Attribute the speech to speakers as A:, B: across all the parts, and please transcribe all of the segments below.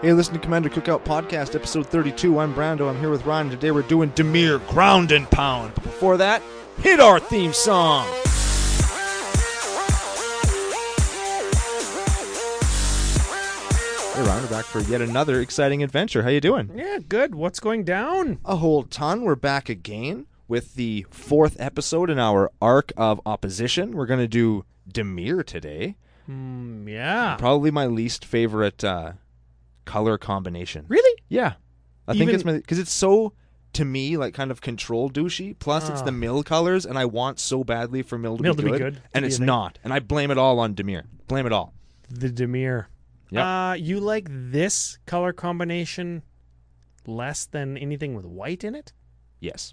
A: Hey, listen to Commander Cookout Podcast, episode 32. I'm Brando. I'm here with Ryan. Today we're doing Demir Ground and Pound. But before that, hit our theme song. Hey, Ryan, we're back for yet another exciting adventure. How you doing?
B: Yeah, good. What's going down?
A: A whole ton. We're back again with the fourth episode in our arc of opposition. We're going to do Demir today.
B: Mm, yeah.
A: Probably my least favorite uh, color combination.
B: Really?
A: Yeah, I think
B: Even-
A: it's because it's so to me like kind of control douchey. Plus, it's
B: Ah.
A: the mill colors, and I want so badly for mill to,
B: Mill
A: be, good, and
B: to be
A: it's
B: a thing.
A: not. And I blame it all on Demir. Blame it all.
B: The Demir.
A: Yep.
B: Uh, you like this color combination less than anything with white in it?
A: Yes,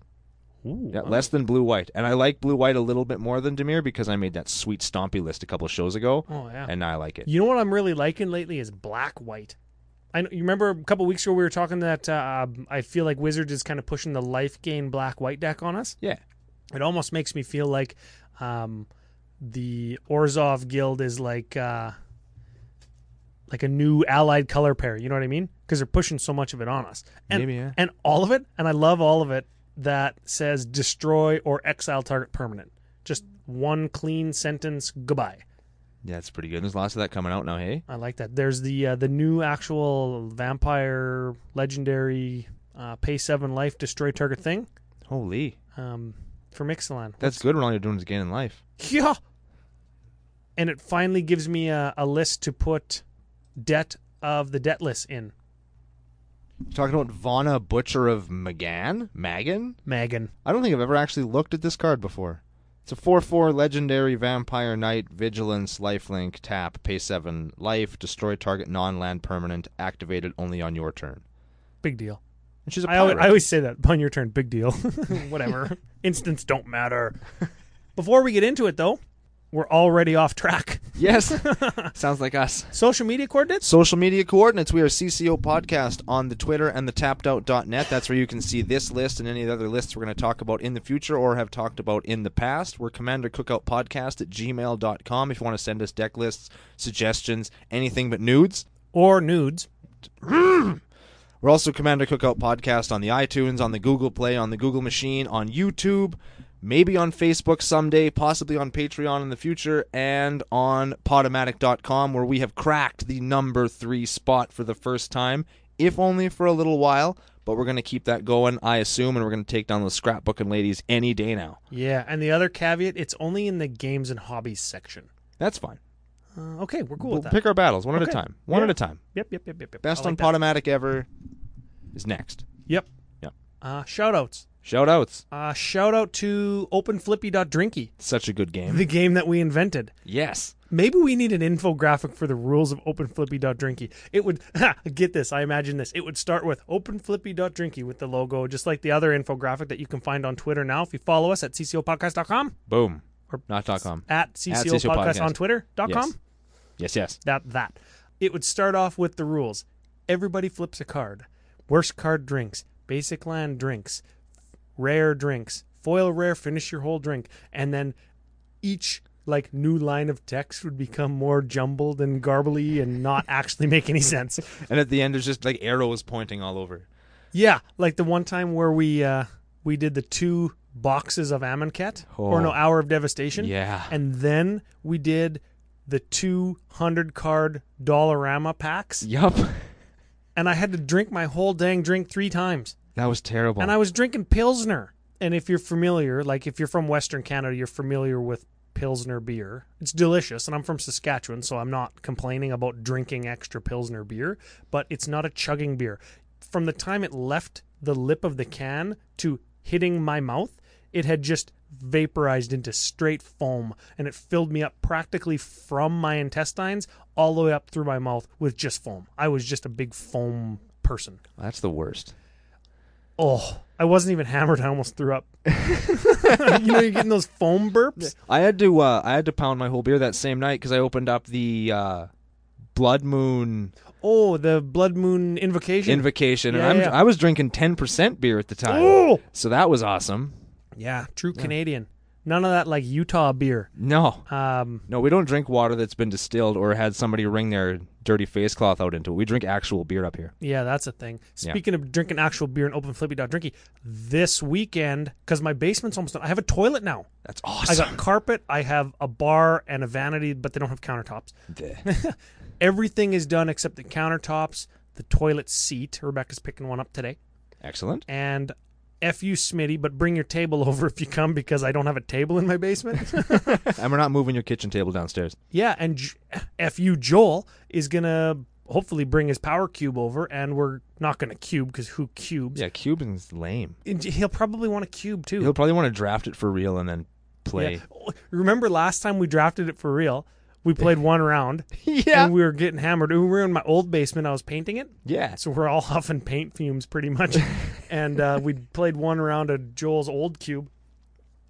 B: Ooh.
A: yeah,
B: wow.
A: less than blue white, and I like blue white a little bit more than Demir because I made that sweet stompy list a couple shows ago,
B: Oh yeah.
A: and now I like it.
B: You know what I'm really liking lately is black white. I know, you remember a couple weeks ago we were talking that uh, I feel like Wizards is kind of pushing the life gain black white deck on us.
A: Yeah,
B: It almost makes me feel like um, the Orzov Guild is like uh, like a new allied color pair. You know what I mean? Because they're pushing so much of it on us, and
A: Maybe, yeah.
B: and all of it, and I love all of it. That says destroy or exile target permanent. Just one clean sentence. Goodbye.
A: yeah, it's pretty good. There's lots of that coming out now. Hey,
B: I like that. There's the uh, the new actual vampire legendary uh, pay seven life destroy target thing
A: holy,
B: um, for Mixalan.
A: that's good when all you're doing is gaining life.
B: Yeah. And it finally gives me a, a list to put debt of the debtless in.
A: You're talking about Vana Butcher of Magan, Magan.
B: Megan.
A: I don't think I've ever actually looked at this card before. It's a 4 4 legendary vampire knight, vigilance, lifelink, tap, pay 7, life, destroy target non land permanent, activated only on your turn.
B: Big deal.
A: And she's a
B: I always,
A: pirate.
B: I always say that. On your turn, big deal. Whatever. Instants don't matter. Before we get into it, though, we're already off track.
A: yes. Sounds like us.
B: Social media coordinates?
A: Social media coordinates. We are CCO Podcast on the Twitter and the tappedout.net. That's where you can see this list and any of the other lists we're going to talk about in the future or have talked about in the past. We're Commander Cookout Podcast at gmail.com if you want to send us deck lists, suggestions, anything but nudes.
B: Or nudes.
A: We're also Commander Cookout Podcast on the iTunes, on the Google Play, on the Google Machine, on YouTube, maybe on Facebook someday, possibly on Patreon in the future, and on Podomatic.com, where we have cracked the number three spot for the first time, if only for a little while. But we're going to keep that going, I assume, and we're going to take down those scrapbooking ladies any day now.
B: Yeah. And the other caveat it's only in the games and hobbies section.
A: That's fine.
B: Uh, okay. We're cool
A: We'll
B: with that.
A: pick our battles one at a
B: Okay.
A: time. One
B: Yeah.
A: at a time.
B: yep, yep, yep, yep, yep.
A: Best
B: I like
A: on
B: that.
A: Podomatic ever is next.
B: Yep.
A: Yep.
B: Uh, shout outs.
A: Shout outs.
B: Uh, shout out to OpenFlippy.drinky,
A: Such a good game.
B: the game that we invented.
A: yes.
B: Maybe we need an infographic for the rules of OpenFlippy.drinky. It would get this. I imagine this. It would start with OpenFlippy.drinky with the logo, just like the other infographic that you can find on Twitter now. If you follow us at ccopodcast.com
A: Boom.
B: Or-
A: not dot com.
B: at ccopodcast
A: ccopodcast.
B: on Twitter.com,
A: Yes. Yes, yes.
B: that that. It would start off with the rules. Everybody flips a card. Worst card drinks. Basic land drinks. Rare drinks. Foil rare. Finish your whole drink, and then each like new line of text would become more jumbled and garbly and not actually make any sense.
A: And at the end, there's just like arrows pointing all over.
B: Yeah, like the one time where we uh we did the two boxes of Amonkhet or no
A: Oh.
B: Hour of Devastation.
A: Yeah.
B: And then we did the 200 card Dollarama packs.
A: Yup.
B: and I had to drink my whole dang drink three times.
A: That was terrible.
B: And I was drinking Pilsner. And if you're familiar, like if you're from Western Canada, you're familiar with Pilsner beer. It's delicious. And I'm from Saskatchewan, so I'm not complaining about drinking extra Pilsner beer, but it's not a chugging beer. From the time it left the lip of the can to hitting my mouth, it had just vaporized into straight foam and it filled me up practically from my intestines all the way up through my mouth with just foam. I was just a big foam person.
A: That's the worst.
B: Oh, I wasn't even hammered. I almost threw up. you know, you're getting those foam burps.
A: I had to uh, I had to pound my whole beer that same night because I opened up the uh, Blood Moon
B: Oh, the blood moon invocation.
A: Invocation,
B: Yeah,
A: and I'm,
B: yeah.
A: I was drinking ten percent beer at the time.
B: Oh!
A: So that was awesome.
B: yeah, true Canadian. None of that like Utah beer.
A: No.
B: Um,
A: No, we don't drink water that's been distilled or had somebody wring their dirty face cloth out into it. We drink actual beer up here.
B: yeah, that's a thing.
A: Yeah.
B: Speaking of drinking actual beer and open flippy dot drinky, this weekend because my basement's almost done, I have a toilet now.
A: That's
B: I
A: awesome.
B: got carpet. I have a bar and a vanity, but they don't have countertops.
A: Bleh.
B: Everything is done except the countertops, the toilet seat. Rebecca's picking one up today.
A: Excellent.
B: And F you, Smitty, but bring your table over if you come because I don't have a table in my basement.
A: And we're not moving your kitchen table downstairs.
B: yeah, and J- F you, Joel, is going to hopefully bring his power cube over, and we're not going to cube because who cubes?
A: Yeah, Cuban's lame.
B: And he'll probably want a cube too.
A: He'll probably want to draft it for real and then
B: Yeah.
A: play.
B: Oh, Remember last time we drafted it for real? We played one round
A: Yeah.
B: and we were getting hammered. We were in my old basement. I was painting it.
A: Yeah.
B: So we're all huffing paint fumes pretty much. and uh, we played one round of Joel's old cube.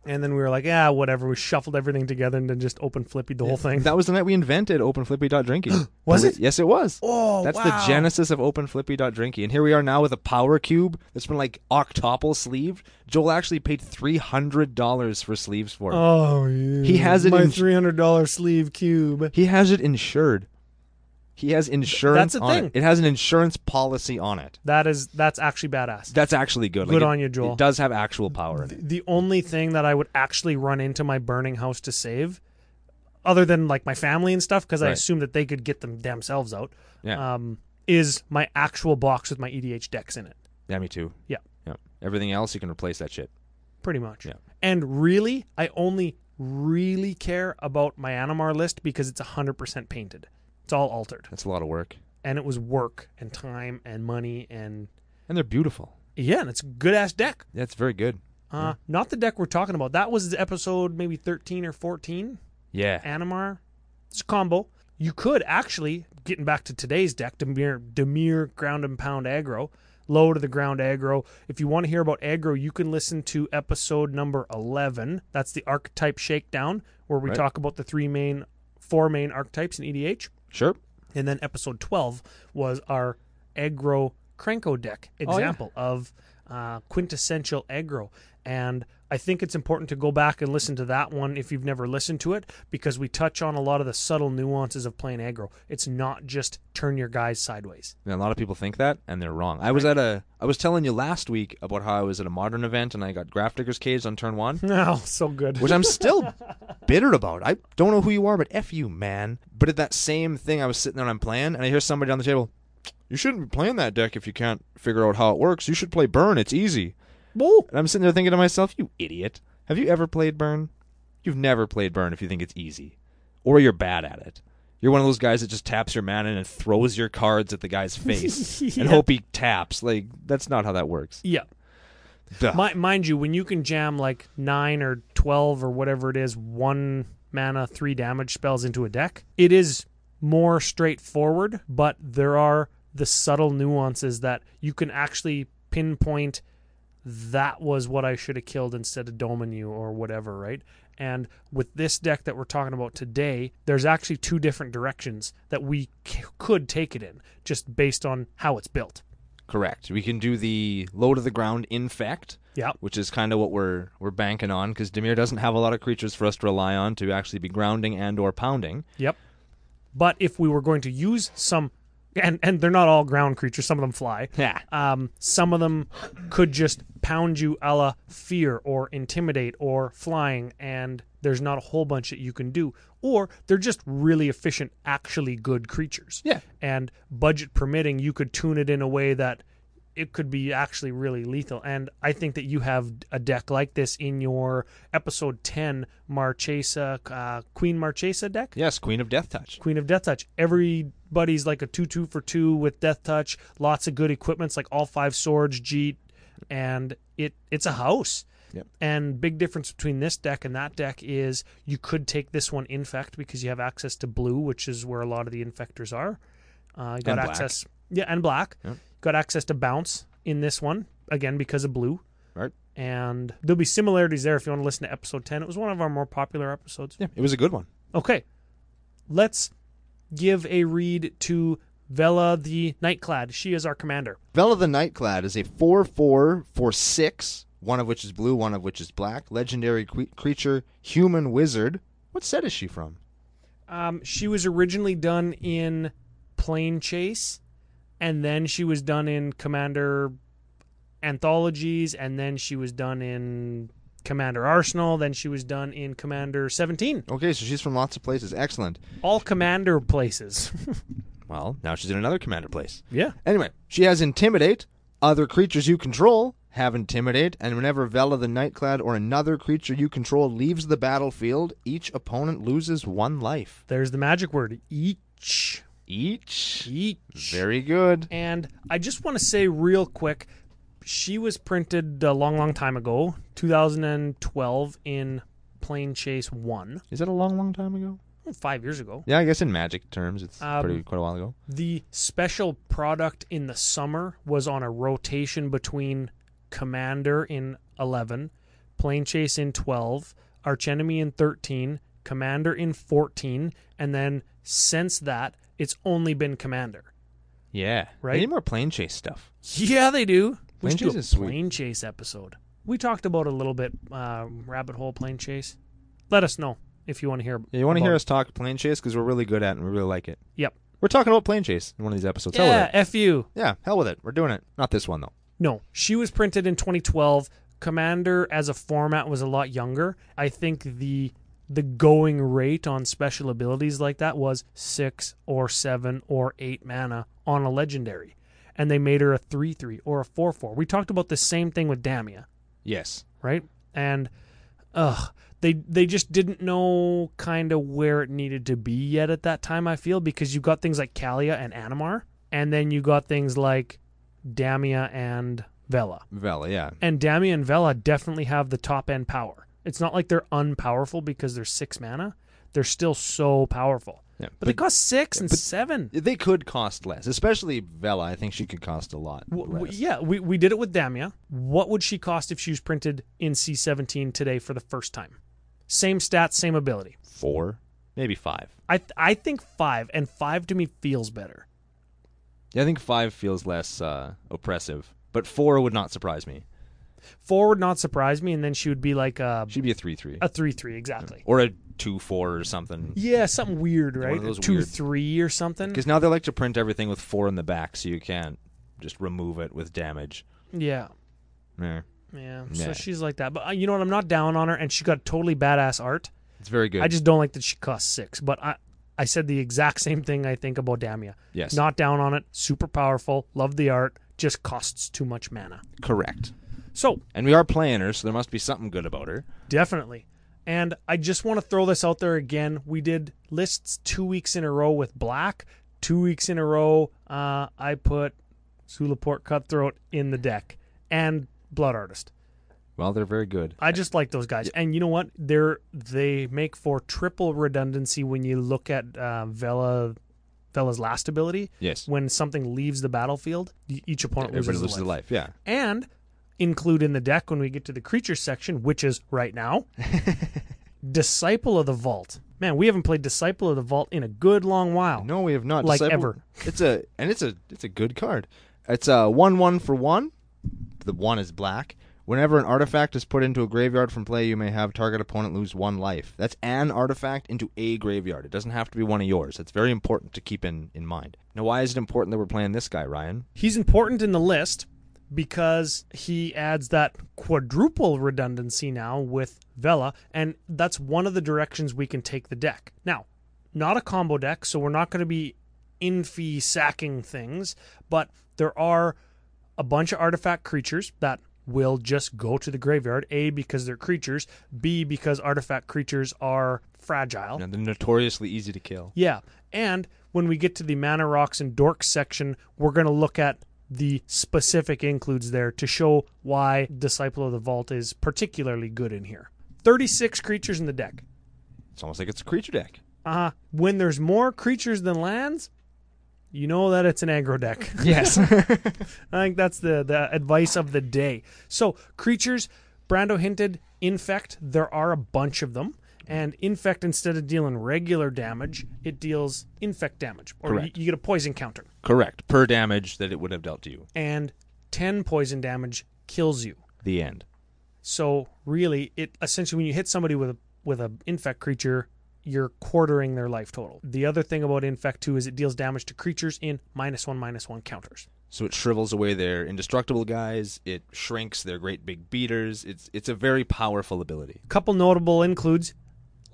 B: And then we were like, yeah, whatever. We shuffled everything together and then just open flippy the whole thing.
A: That was the night we invented Open Flippy Dot Drinking.
B: Was
A: Believe- Yes, it was.
B: oh,
A: That's
B: wow.
A: the genesis of Open Flippy Dot Drinking. And here we are now with a power cube that's been like octuple sleeved. Joel actually paid three hundred dollars for sleeves for it.
B: Oh, yeah.
A: He has it
B: My
A: in-
B: three hundred dollar sleeve cube.
A: He has it insured. He has insurance.
B: that's the
A: on
B: thing.
A: It. it has an insurance policy on it.
B: That is that's actually badass.
A: That's actually good.
B: Good
A: it-
B: on you, Joel.
A: It does have actual power in it.
B: the only thing that I would actually run into my burning house to save, other than like my family and stuff, because I
A: Right.
B: assume that they could get them themselves out,
A: Yeah.
B: um, is my actual box with my EDH decks in it,
A: Yeah, me too.
B: yeah.
A: Yeah. Everything else you can replace that shit.
B: pretty much.
A: Yeah.
B: And really, I only really care about my Animar list because it's 100% painted. It's all altered.
A: That's a lot of work.
B: And it was work and time and money and
A: And they're beautiful.
B: yeah, and it's a good ass deck.
A: That's very good.
B: Uh, Not the deck we're talking about. That was episode maybe 13 or 14.
A: Yeah.
B: Animar. It's a combo. You could actually, getting back to today's deck, Demir, Demir ground and pound aggro, low to the ground aggro. If you want to hear about aggro, you can listen to episode number 11. That's the archetype shakedown, where we
A: Right.
B: talk about the three main, four main archetypes in E EDH.
A: Sure.
B: And then episode 12 was our aggro Krenko deck
A: yeah.
B: example of uh, quintessential aggro. And I think it's important to go back and listen to that one if you've never listened to it because we touch on a lot of the subtle nuances of playing aggro. It's not just turn your guys sideways.
A: And a lot of people think that, and they're wrong. I was at a, I was telling you last week about how I was at a modern event and I got Graph Digger's Cage on turn one,
B: Oh, so good.
A: which I'm still bitter about. I don't know who you are, but F you, man. But at that same thing, I was sitting there and I'm playing, and I hear somebody on the table, you shouldn't be playing that deck if you can't figure out how it works. You should play Burn. It's easy.
B: Whoa.
A: And I'm sitting there thinking to myself, you idiot. Have you ever played Burn? You've never played Burn if you think it's easy. Or you're bad at it. You're one of those guys that just taps your man in and throws your cards at the guy's face
B: Yeah.
A: and hope he taps. Like, that's not how that works.
B: Yeah.
A: Duh.
B: Mi- mind you, when you can jam like 9 or 12 or whatever it is, one mana, three damage spells into a deck, it is more straightforward, but there are the subtle nuances that you can actually pinpoint that was what I should have killed instead of doming you or whatever, right? And with this deck that we're talking about today, there's actually two different directions that we c- could take it in just based on how it's built.
A: Correct. We can do the low to the ground infect,
B: Yeah.
A: which is kind of what we're we're banking on because Demir doesn't have a lot of creatures for us to rely on to actually be grounding and or pounding.
B: Yep. But if we were going to use some, and and they're not all ground creatures. Some of them fly.
A: Yeah.
B: Um, some of them could just pound you a la fear or intimidate or flying, and there's not a whole bunch that you can do. Or they're just really efficient, actually good creatures.
A: Yeah.
B: And budget permitting, you could tune it in a way that it could be actually really lethal. And I think that you have a deck like this in your episode 10 Marchesa, uh, Queen Marchesa deck.
A: Yes, Queen of Death Touch.
B: Queen of Death Touch. Everybody's like a two two for two with Death Touch. Lots of good equipments like all five swords, Jeet, and it it's a house.
A: Yep.
B: And big difference between this deck and that deck is you could take this one infect because you have access to blue, which is where a lot of the infectors are. Uh, you got
A: black.
B: access, yeah, and black.
A: Yep.
B: Got access to bounce in this one again because of blue.
A: Right.
B: And there'll be similarities there if you want to listen to episode ten. It was one of our more popular episodes.
A: Yeah, it was a good one.
B: Okay, let's give a read to Vela the Nightclad. She is our commander.
A: Vela the Nightclad is a 4 4 for 6 one of which is blue, one of which is black. Legendary que- creature, human wizard. What set is she from?
B: Um, she was originally done in Plane Chase, and then she was done in Commander Anthologies, and then she was done in Commander Arsenal, then she was done in Commander 17.
A: Okay, so she's from lots of places. Excellent.
B: All Commander places.
A: Well, now she's in another commander place.
B: yeah.
A: Anyway, she has intimidate. Other creatures you control have intimidate, and whenever Vela the Nightclad or another creature you control leaves the battlefield, each opponent loses one life.
B: There's the magic word each.
A: Each.
B: Each.
A: Very good.
B: And I just want to say real quick, she was printed a long, long time ago, 2012 in Plane Chase One, oh,
A: Is that a long, long time ago?
B: five years ago.
A: Yeah, I guess in Magic terms, it's
B: Um,
A: pretty quite a while ago.
B: The special product in the summer was on a rotation between Commander in 11, Plane Chase in 12, Archenemy in 13, Commander in 14, and then since that, it's only been Commander.
A: Yeah.
B: Right?
A: They need more plane chase stuff.
B: Yeah, they do.
A: Plane
B: we should
A: chase
B: do a
A: is sweet.
B: plane chase episode. We talked about a little bit uh, rabbit hole plane chase. Let us know if you want to hear.
A: Yeah, you want to
B: about
A: hear
B: it.
A: us talk plane chase because we're really good at it and we really like it.
B: Yep.
A: We're talking about plane chase in one of these episodes. Hell with
B: Yeah,
A: it.
B: f you.
A: Yeah, hell with it. We're doing it. Not this one though.
B: No, she was printed in 2012. Commander as a format was a lot younger. I think the the going rate on special abilities like that was six or seven or eight mana on a legendary, and they made her a three three or a four four. We talked about the same thing with Damia.
A: Yes.
B: right? And ugh, they they just didn't know kind of where it needed to be yet at that time. I feel because you got things like Kalia and Animar, and then you got things like Damia and Vela.
A: Vela, yeah.
B: And Damia and Vela definitely have the top end power. It's not like they're unpowerful because they're six mana. They're still so powerful.
A: Yeah,
B: But, they cost six and seven.
A: They could cost less, especially Vela. I think she could cost a lot
B: W- w-
A: less.
B: yeah, we, we did it with Damia. What would she cost if she was printed in C17 today for the first time? Same stats, same ability.
A: Four, maybe five.
B: I th- I think five, and five to me feels better.
A: Yeah, I think five feels less uh, oppressive, but four would not surprise me.
B: Four would not surprise me, and then she would be like a
A: She'd be a three-three
B: a three three exactly.
A: or a two-four or something.
B: Yeah, something weird,
A: of
B: right? A
A: those
B: Two
A: weird-
B: three or something.
A: Because now they like to print everything with four in the back, so you can't just remove it with damage.
B: Yeah.
A: Yeah.
B: Yeah,
A: Yeah.
B: so she's like that, but uh, you know what? I'm not down on her, and she got totally badass art.
A: It's very good.
B: I just don't like that she costs six. But I, I said the exact same thing I think about Damia.
A: yes,
B: Not down on it. Super powerful. Love the art. Just costs too much mana.
A: correct.
B: So
A: And we are playing her, so there must be something good about her.
B: Definitely. And I just want to throw this out there again. We did lists two weeks in a row with Black. Two weeks in a row, uh, I put Sulaport Cutthroat in the deck and Blood Artist.
A: Well, they're very good.
B: I just like those guys. And you know what? They're they make for triple redundancy when you look at uh, Vela Vela's last ability.
A: Yes,
B: When something leaves the battlefield, y- each opponent
A: everybody
B: loses,
A: loses
B: a
A: their life.
B: life.
A: Yeah,
B: And include in the deck when we get to the creature section, which is right now. Disciple of the Vault. Man, we haven't played Disciple of the Vault in a good long while.
A: No, we have not.
B: Like ever.
A: It's a and it's a it's a good card. It's a one one for one. The one is black. Whenever an artifact is put into a graveyard from play, you may have target opponent lose one life. That's an artifact into a graveyard. It doesn't have to be one of yours. That's very important to keep in, in mind. Now, why is it important that we're playing this guy, Ryan?
B: He's important in the list because he adds that quadruple redundancy now with Vela, and that's one of the directions we can take the deck. Now, not a combo deck, so we're not going to be infi sacking things, but there are a bunch of artifact creatures that will just go to the graveyard a because they're creatures b because artifact creatures are fragile
A: Now, they're notoriously easy to kill.
B: yeah. And when we get to the mana rocks and dorks section, we're going to look at the specific includes there to show why Disciple of the Vault is particularly good in here. 36 creatures in the deck.
A: It's almost like it's a creature deck.
B: Uh, when there's more creatures than lands, you know that it's an aggro deck.
A: Yes.
B: I think that's the, the advice of the day. So, creatures, Brando hinted, infect, there are a bunch of them. And infect, instead of dealing regular damage, it deals infect damage. Or you,
A: Correct.
B: you get a poison counter.
A: Correct. Per damage that it would have dealt to you.
B: And 10 poison damage kills you.
A: The end.
B: So really, it essentially when you hit somebody with a with a infect creature, you're quartering their life total. The other thing about infect two is it deals damage to creatures in minus one minus one counters.
A: So it shrivels away their indestructible guys. It shrinks their great big beaters. It's it's a very powerful ability.
B: A couple notable includes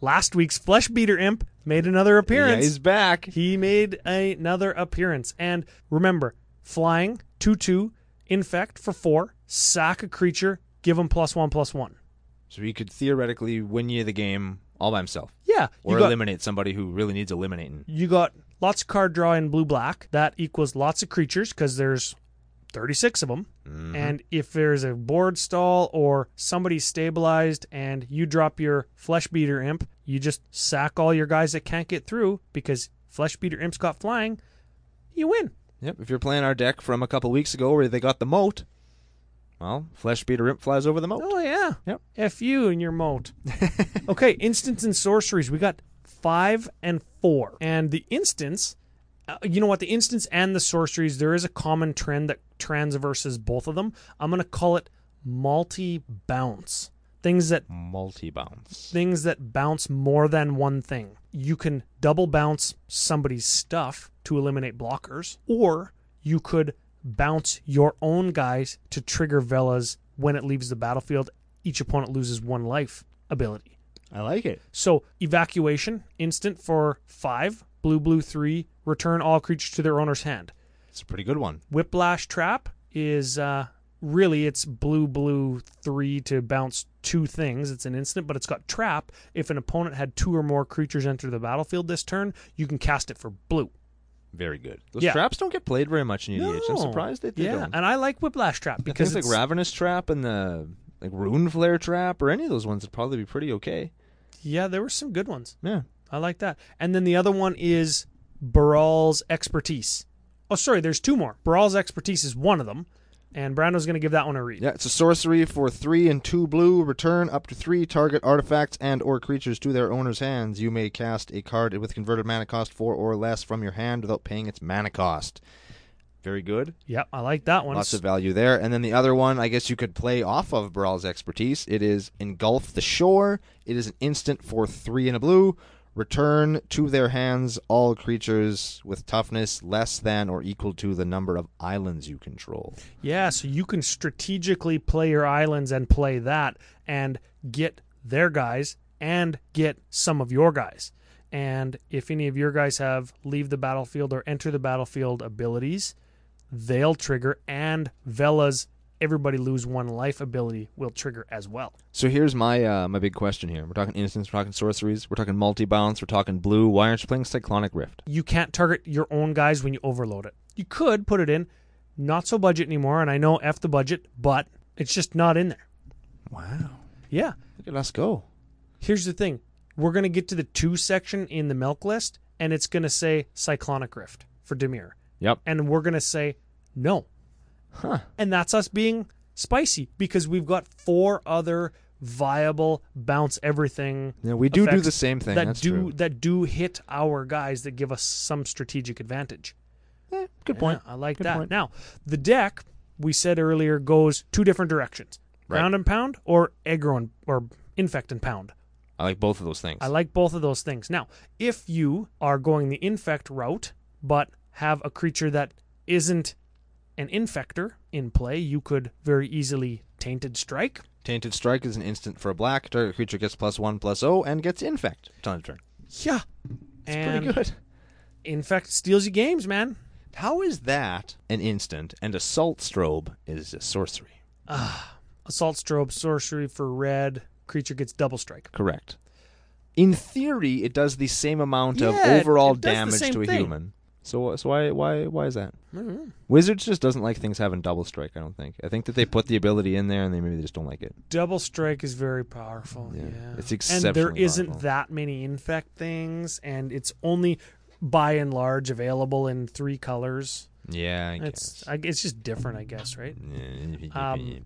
B: last week's flesh beater imp made another appearance.
A: Yeah, he's back.
B: He made another appearance. And remember, flying, 2 2, infect for 4, sack a creature, give him plus 1 plus 1.
A: So he could theoretically win you the game all by himself,
B: Yeah.
A: or
B: you, got,
A: eliminate somebody who really needs eliminating.
B: you got lots of card draw in blue black. That equals lots of creatures because there's 36 of them.
A: Mhm.
B: And if there's a board stall or somebody's stabilized and you drop your flesh beater imp, you just sack all your guys that can't get through because flesh beater imp's got flying, you win.
A: Yep. If you're playing our deck from a couple weeks ago where they got the moat, well, flesh beater imp flies over the moat.
B: Oh yeah.
A: Yep.
B: F you and your moat. okay, instants and sorceries. We got five and four. And the instants, uh, you know what? The instants and the sorceries, there is a common trend that transverses both of them. I'm going to call it multi bounce. Things that
A: Multi bounce.
B: things that bounce more than one thing. You can double bounce somebody's stuff to eliminate blockers, or you could bounce your own guys to trigger Vela's when it leaves the battlefield. Each opponent loses one life ability.
A: I like it.
B: So, evacuation, instant for five, blue, blue, three, return all creatures to their owner's hand.
A: It's a pretty good one.
B: Whiplash Trap is uh, really it's blue blue three to bounce two things. It's an instant, but it's got trap. If an opponent had two or more creatures enter the battlefield this turn, you can cast it for blue.
A: Very good. Those
B: Yeah.
A: traps don't get played very much in EDH. I'm surprised that they
B: yeah,
A: don't.
B: and I like Whiplash Trap because
A: Things
B: it's,
A: like Ravenous Trap and the like Rune Flare Trap or any of those ones would probably be pretty okay.
B: yeah, there were some good ones.
A: Yeah.
B: I like that. And then the other one is Baral's Expertise. Oh, sorry, there's two more. Baral's Expertise is one of them, and Brando's going to give that one a read.
A: Yeah, it's a sorcery for three and two blue. Return up to three target artifacts and or creatures to their owner's hands. You may cast a card with converted mana cost four or less from your hand without paying its mana cost. Very good.
B: Yep, I like that one.
A: Lots of value there. And then the other one, I guess you could play off of Brawl's expertise. It is Engulf the Shore. It is an instant for three and a blue. Return to their hands all creatures with toughness less than or equal to the number of islands you control.
B: Yeah, so you can strategically play your islands and play that and get their guys and get some of your guys. And if any of your guys have leave the battlefield or enter the battlefield abilities, they'll trigger and Vela's everybody lose one life ability will trigger as well.
A: So here's my uh, my big question here. We're talking instants, we're talking sorceries, we're talking multi bounce, we're talking blue. Why aren't you playing Cyclonic Rift?
B: You can't target your own guys when you overload it. You could put it in, not so budget anymore, and I know F the budget, but it's just not in there.
A: Wow.
B: Yeah.
A: Look at us go.
B: here's the thing we're going to get to the two section in the milk list and it's going to say cyclonic rift for demir
A: Yep.
B: and we're going to say no
A: Huh.
B: and that's us being spicy because we've got four other viable bounce everything
A: Yeah, we do do
B: effects
A: the same thing.
B: that
A: That's
B: do
A: true.
B: that do hit our guys that give us some strategic advantage
A: Eh, good point.
B: yeah, I like
A: Good
B: that.
A: point.
B: Now, the deck we said earlier goes two different directions:
A: Right.
B: ground and pound, or aggro and or infect and pound.
A: I like both of those things.
B: I like both of those things. Now, if you are going the infect route, but have a creature that isn't an infector in play, you could very easily tainted strike.
A: Tainted Strike is an instant for a black. Target creature gets plus one, plus oh, and gets infect. Ton of turn.
B: Yeah. and
A: Pretty good.
B: infect steals you games, man.
A: How is that an instant and Assault Strobe is a sorcery?
B: Assault strobe sorcery for red, creature gets double strike.
A: Correct. In theory, it does the same amount of
B: Yeah, it-
A: overall
B: it does the
A: damage
B: same
A: to a
B: thing.
A: human. So, so why, why, why is that? Wizards just doesn't like things having double strike. I don't think. I think that they put the ability in there, and they maybe they just don't like it.
B: Double strike is very powerful.
A: Yeah.
B: Yeah.
A: It's
B: And there
A: exceptionally
B: isn't
A: powerful.
B: that many infect things and it's only by and large available in three colors.
A: Yeah, I
B: It's I, it's just different, I guess, right?
A: guess.
B: Um,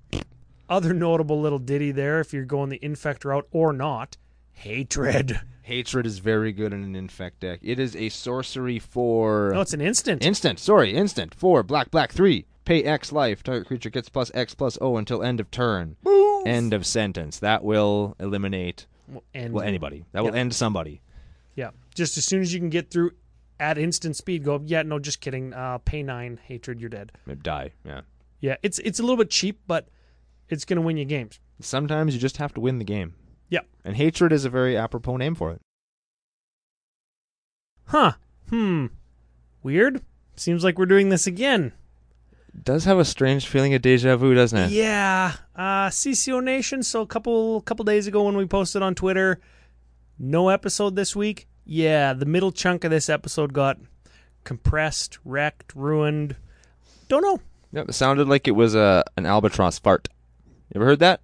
B: Other notable little ditty there, if you're going the infect route or not, hatred.
A: Hatred is very good in an infect deck. It is a sorcery for
B: No, it's an instant.
A: Instant, sorry, instant. Four, black, black, three. Pay X life. Target creature gets plus X plus O until end of turn. Boom!
B: Wolf.
A: End of sentence. That will eliminate
B: and
A: well anybody. That will
B: Yeah.
A: end somebody.
B: yeah, just as soon as you can get through at instant speed, go. Yeah, no, just kidding. Uh, pay nine, hatred, you're dead.
A: Die. Yeah.
B: Yeah, it's it's a little bit cheap, but it's gonna win you games.
A: Sometimes you just have to win the game.
B: Yeah.
A: And hatred is a very apropos name for it.
B: Huh? Hmm. Weird. Seems like we're doing this again.
A: Does have a strange feeling of deja vu, doesn't it?
B: Yeah, uh, CCO Nation. So a couple couple days ago when we posted on Twitter, no episode this week. Yeah, the middle chunk of this episode got compressed, wrecked, ruined. Don't know.
A: Yep, it sounded like it was a an albatross fart. You ever heard that?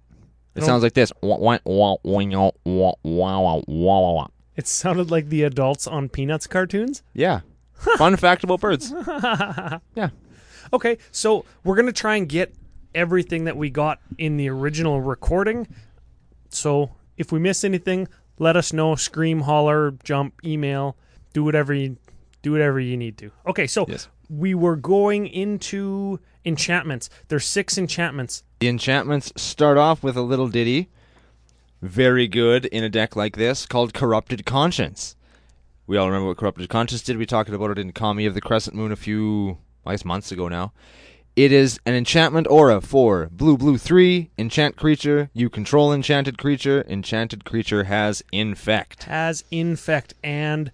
A: It
B: No.
A: sounds like this. Wah, wah, wah, wah, wah, wah, wah, wah, wah, wah.
B: It sounded like the adults on Peanuts cartoons.
A: Yeah. Fun fact about birds. yeah.
B: Okay, so we're gonna try and get everything that we got in the original recording. So if we miss anything, let us know. Scream, holler, jump, email, do whatever you do whatever you need to. Okay, so
A: Yes.
B: we were going into enchantments. There's six enchantments.
A: The enchantments start off with a little ditty, very good in a deck like this, called Corrupted Conscience. We all remember what Corrupted Conscience did. We talked about it in Kami of the Crescent Moon a few, I guess, months ago now. It is an enchantment aura for blue, blue three, enchant creature. You control enchanted creature. Enchanted creature has infect.
B: Has infect and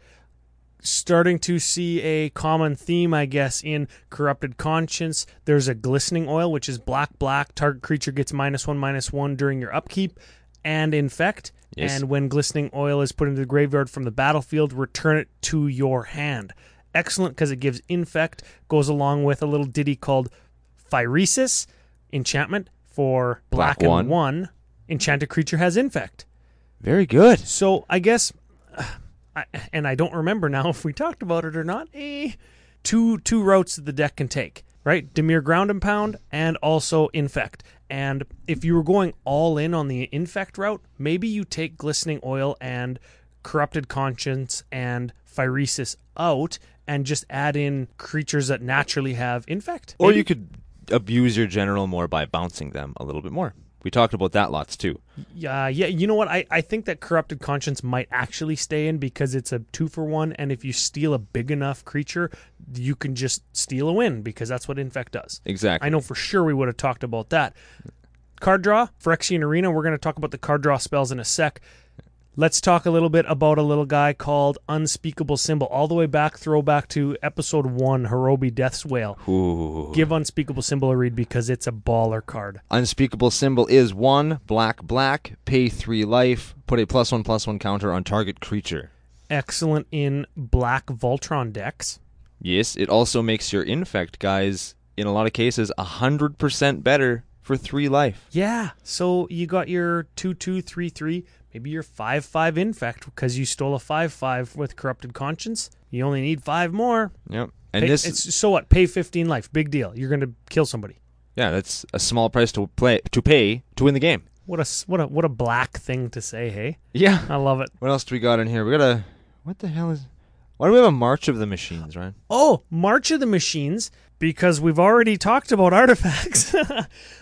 B: starting to see a common theme, I guess, in corrupted conscience. There's a glistening oil, which is black, black. Target creature gets minus one, minus one during your upkeep and infect.
A: Yes.
B: And when glistening oil is put into the graveyard from the battlefield, return it to your hand. Excellent because it gives infect, goes along with a little ditty called Phyresis enchantment for black,
A: Black
B: and
A: one.
B: one. Enchanted creature has infect.
A: Very good.
B: So I guess, I, and I don't remember now if we talked about it or not. Eh, two two routes that the deck can take, right? Demir ground and pound, and also infect. And if you were going all in on the infect route, maybe you take glistening oil and corrupted conscience and phyresis out, and just add in creatures that naturally have infect.
A: Or
B: Maybe-
A: you could abuse your general more by bouncing them a little bit more. We talked about that lots too.
B: Yeah, yeah. You know what? I, I think that corrupted conscience might actually stay in because it's a two for one, and if you steal a big enough creature, you can just steal a win because that's what infect does.
A: Exactly.
B: I know for sure we would have talked about that. Card draw, Phyrexian Arena. We're going to talk about the card draw spells in a sec. Let's talk a little bit about a little guy called Unspeakable Symbol, all the way back, throwback to episode one, Hirobi Death's Wail.
A: Ooh.
B: Give Unspeakable Symbol a read because it's a baller card.
A: Unspeakable symbol is one black black. Pay three life. Put a plus one plus one counter on target creature.
B: Excellent in black Voltron decks.
A: Yes, it also makes your infect guys in a lot of cases a hundred percent better for three life.
B: Yeah. So you got your two two three three, maybe your five five infect because you stole a five five with corrupted conscience. You only need five more.
A: Yep. And
B: Pay-
A: this
B: it's so what? Pay fifteen life. Big deal. You're gonna kill somebody.
A: yeah, that's a small price to play to pay to win the game.
B: What a s- what a what a black thing to say. Hey,
A: Yeah.
B: I love it.
A: What else do we got in here? We got a what the hell is why do we have a march of the machines, Ryan?
B: Oh, March of the Machines, because we've already talked about artifacts.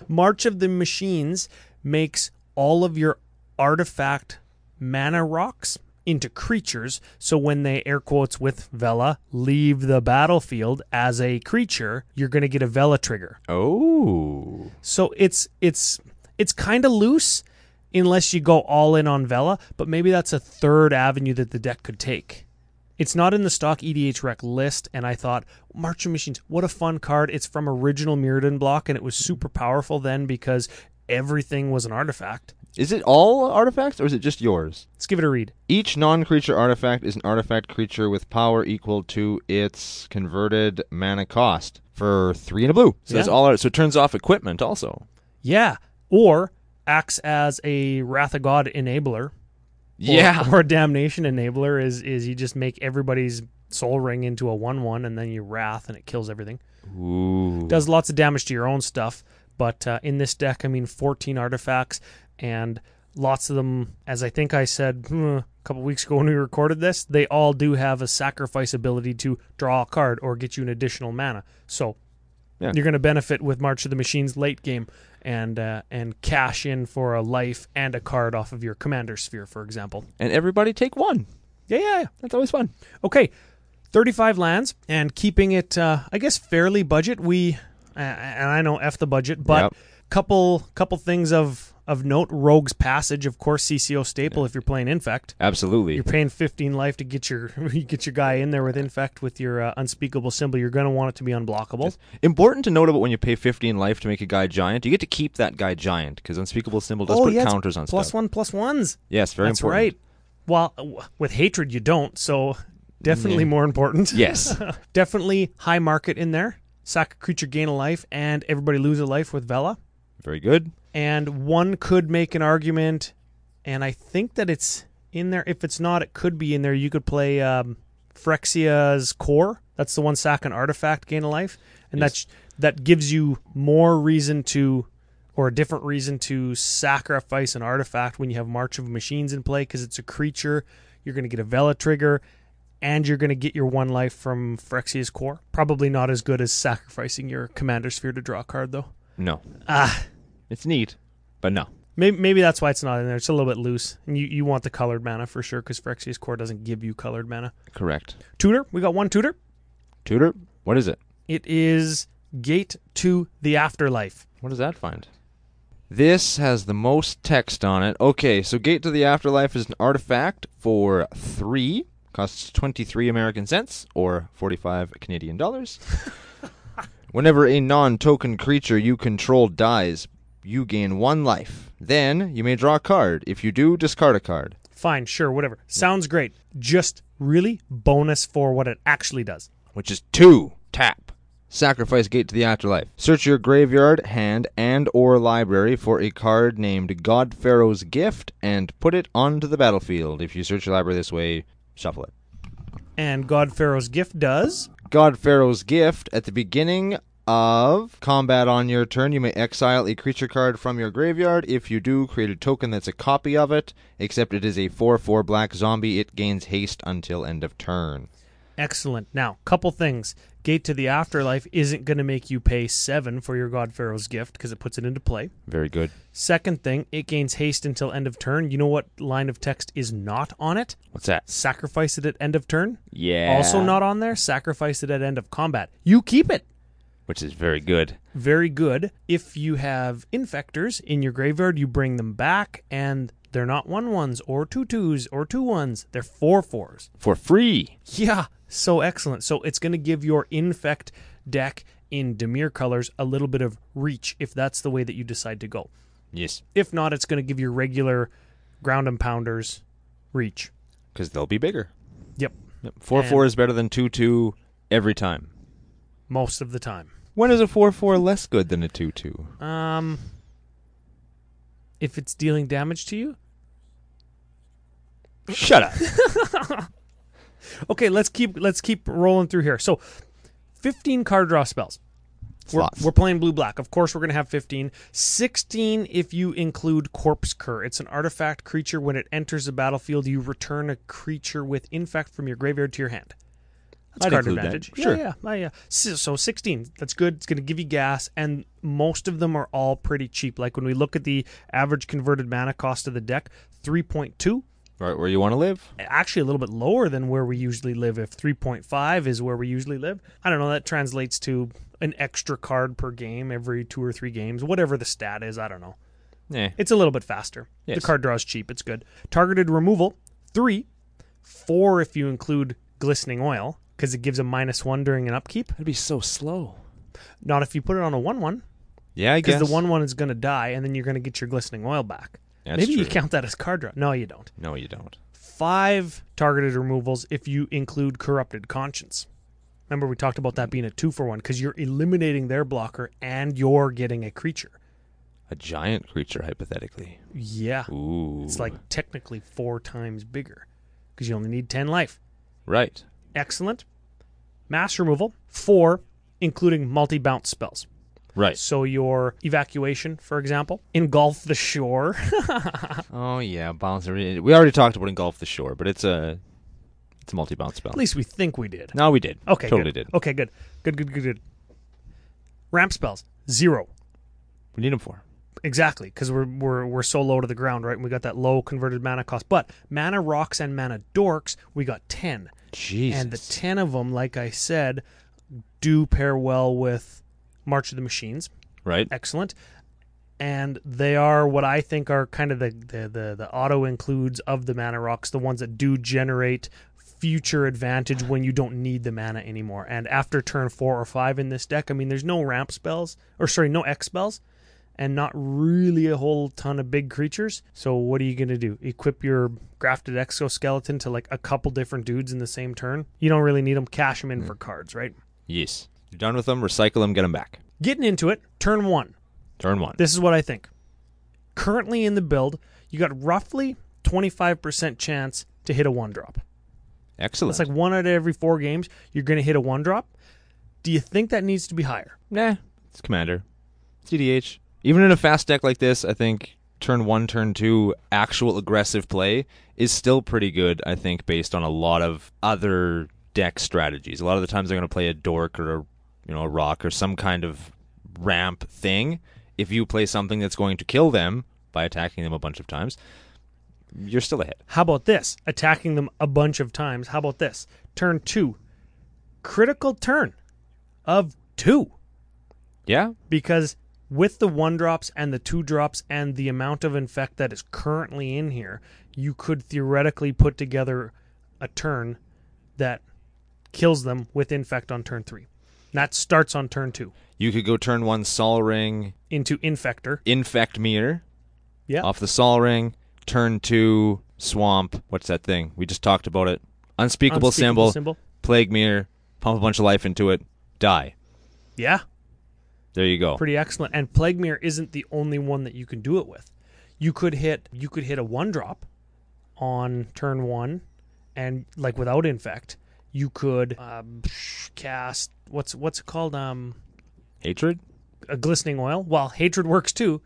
B: March of the Machines makes all of your artifact mana rocks into creatures. So when they, air quotes with Vela, leave the battlefield as a creature, you're going to get a Vela trigger.
A: Oh.
B: So it's it's it's kind of loose unless you go all in on Vela, but maybe that's a third avenue that the deck could take. It's not in the stock EDH rec list, and I thought, March of Machines, what a fun card. It's from original Mirrodin block, and it was super powerful then because everything was an artifact.
A: Is it all artifacts or is it just yours?
B: Let's give it a read.
A: Each non creature artifact is an artifact creature with power equal to its converted mana cost for three and a blue. So that's
B: Yeah.
A: all art. So it turns off equipment also.
B: Yeah. Or acts as a Wrath of God enabler. Or- Or, a damnation enabler is is you just make everybody's soul ring into a one one and then you wrath and it kills everything.
A: Ooh.
B: does lots of damage to your own stuff but uh, in this deck i mean 14 artifacts and lots of them as i think i said hmm, a couple weeks ago when we recorded this they all do have a sacrifice ability to draw a card or get you an additional mana so
A: Yeah.
B: You're going to benefit with March of the Machines late game and uh, and cash in for a life and a card off of your commander sphere, for example.
A: And everybody take one. Yeah, yeah, yeah. That's always fun.
B: Okay, 35 lands and keeping it, uh, I guess, fairly budget. We uh, and I know f the budget, but
A: Yep.
B: couple couple things of of note. Rogue's Passage, of course, CCO staple if you're playing Infect.
A: Absolutely.
B: You're paying 15 life to get your you get your guy in there with Infect with your uh, unspeakable symbol. You're going to want it to be unblockable.
A: Important to note about when you pay 15 life to make a guy giant, you get to keep that guy giant because Unspeakable Symbol does put
B: Oh, it's
A: counters on
B: plus
A: stuff.
B: one plus ones.
A: Yes, very
B: That's
A: important.
B: right. Well, w- with hatred you don't, so
A: Mm.
B: definitely more important.
A: Yes.
B: definitely high market in there. Sack a creature gain a life and everybody lose a life with Vela.
A: very good.
B: And one could make an argument and I think that it's in there. If it's not, it could be in there. You could play um, Phyrexia's core. That's the one sack an artifact gain a life, and that's that gives you more reason to, or a different reason to sacrifice an artifact when you have March of Machines in play because it's a creature. You're going to get a Vela trigger, and you're going to get your one life from Phyrexia's core. Probably not as good as sacrificing your Commander Sphere to draw a card though.
A: No.
B: Ah.
A: It's neat, but no.
B: Maybe, maybe that's why it's not in there. It's a little bit loose, and you, you want the colored mana for sure because Phyrexia's core doesn't give you colored mana.
A: Correct.
B: Tutor, we got one tutor.
A: Tutor, what is it?
B: It is Gate to the Afterlife.
A: What does that find? This has the most text on it. Okay, so Gate to the Afterlife is an artifact for three, costs 23 American cents or 45 Canadian dollars. Whenever a non token creature you control dies, you gain one life. Then you may draw a card. If you do, discard a card.
B: Fine, sure, whatever. Sounds great. Just really bonus for what it actually does.
A: which is two tap sacrifice gate to the afterlife search your graveyard hand and or library for a card named god pharaoh's gift and put it onto the battlefield if you search your library this way shuffle it
B: And God Pharaoh's gift does.
A: god pharaoh's gift at the beginning of combat on your turn, you may exile a creature card from your graveyard. If you do, create a token that's a copy of it, except it is a 4 4 black zombie. It gains haste until end of turn.
B: Excellent. Now, couple things. Gate to the Afterlife isn't going to make you pay seven for your God Pharaoh's gift because it puts it into play.
A: Very good.
B: Second thing, it gains haste until end of turn. You know what line of text is not on it?
A: What's that?
B: Sacrifice it at end of turn.
A: Yeah.
B: Also not on there. Sacrifice it at end of combat. You keep it.
A: Which is very good.
B: very good. If you have infectors in your graveyard, you bring them back, and they're not one ones or two twos or two ones. They're four fours.
A: for free.
B: Yeah, so excellent. So it's going to give your infect deck in Demir colors a little bit of reach if that's the way that you decide to go.
A: Yes,
B: If not, it's going to give your regular ground and pounders reach.
A: because they'll be bigger.
B: Yep,
A: Four
B: And-
A: four is better than two two every time.
B: most of the time.
A: When is a four four less good than a two two?
B: Um, if it's dealing damage to you,
A: Shut up.
B: Okay, let's keep let's keep rolling through here. So, fifteen card draw spells. We're,
A: Slots.
B: we're playing blue black. Of course, we're going to have 15. 16 if you include Corpse Cur. It's an artifact creature. When it enters the battlefield, you return a creature with infect from your graveyard to your hand. That's
A: I'd
B: card
A: include that.
B: advantage.
A: Sure.
B: Yeah, yeah, yeah. So, so 16. That's good. It's going to give you gas, and most of them are all pretty cheap. Like when we look at the average converted mana cost of the deck, 3.2
A: right where you want to live.
B: actually a little bit lower than where we usually live if 3.5 is where we usually live i don't know that translates to an extra card per game every two or three games whatever the stat is i don't know
A: Yeah.
B: it's a little bit faster the
A: Yes.
B: card draw is cheap it's good targeted removal three four if you include glistening oil because it gives a minus one during an upkeep
A: That'd be so slow.
B: not if you put it on a one one
A: Yeah, I guess.
B: because the one one is going to die and then you're going to get your glistening oil back
A: That's
B: maybe you
A: true.
B: count that as card draw no you don't
A: No, you don't.
B: five targeted removals if you include corrupted conscience. Remember, we talked about that being a two for one because you're eliminating their blocker and you're getting a creature.
A: A giant creature, hypothetically.
B: Yeah.
A: Ooh.
B: It's like technically four times bigger because you only need 10 life.
A: right.
B: Excellent. Mass removal, four, including multi bounce spells.
A: Right.
B: So, your evacuation, for example, engulf the shore.
A: Oh yeah, bounce. We already talked about engulf the shore, but it's a it's a multi bounce spell.
B: At least we think we did.
A: No, we did.
B: Okay,
A: totally
B: good.
A: did.
B: Okay, good, good, good, good, good. Ramp spells, zero.
A: We need them for.
B: Exactly, because we're, we're we're so low to the ground, right? And we got that low converted mana cost. But mana rocks and mana dorks, we got ten,
A: Jesus.
B: and the ten of them, like I said, do pair well with March of the Machines.
A: right?
B: Excellent, and they are what I think are kind of the the the, the auto includes of the mana rocks, the ones that do generate future advantage when you don't need the mana anymore. And after turn four or five in this deck, I mean, there's no ramp spells, or sorry, no X spells and not really a whole ton of big creatures. So what are you going to do? Equip your grafted exoskeleton to like a couple different dudes in the same turn? You don't really need them. Cash them in for cards, right?
A: Yes. You're done with them. Recycle them. Get them back.
B: Getting into it, turn one.
A: Turn one.
B: This is what I think. Currently in the build, you got roughly 25% chance to hit a one drop.
A: Excellent.
B: It's like one out of every four games, you're going to hit a one drop. Do you think that needs to be higher?
A: nah. It's commander. CDH. Even in a fast deck like this, I think turn one, turn two, actual aggressive play is still pretty good. I think based on a lot of other deck strategies. A lot of the times they're going to play a dork or a, you know a rock or some kind of ramp thing. If you play something that's going to kill them by attacking them a bunch of times, you're still ahead.
B: How about this? Attacking them a bunch of times. How about this? Turn two. Critical turn of two.
A: Yeah.
B: Because with the one drops and the two drops and the amount of infect that is currently in here, you could theoretically put together a turn that kills them with infect on turn three. That starts on turn two
A: You could go turn one Sol Ring,
B: into infector.
A: Infect Mirror.
B: Yeah.
A: Off the Sol Ring, turn two Swamp. What's that thing? We just talked about it. Unspeakable,
B: Unspeakable
A: symbol,
B: symbol.
A: Plague Mirror, pump a bunch of life into it, die.
B: Yeah.
A: There you go.
B: pretty excellent. And Plague Mirror isn't the only one that you can do it with. You could hit you could hit a one drop on turn one, and like without infect, you could um, cast what's what's it called um
A: Hatred?
B: a glistening oil. Well, hatred works too.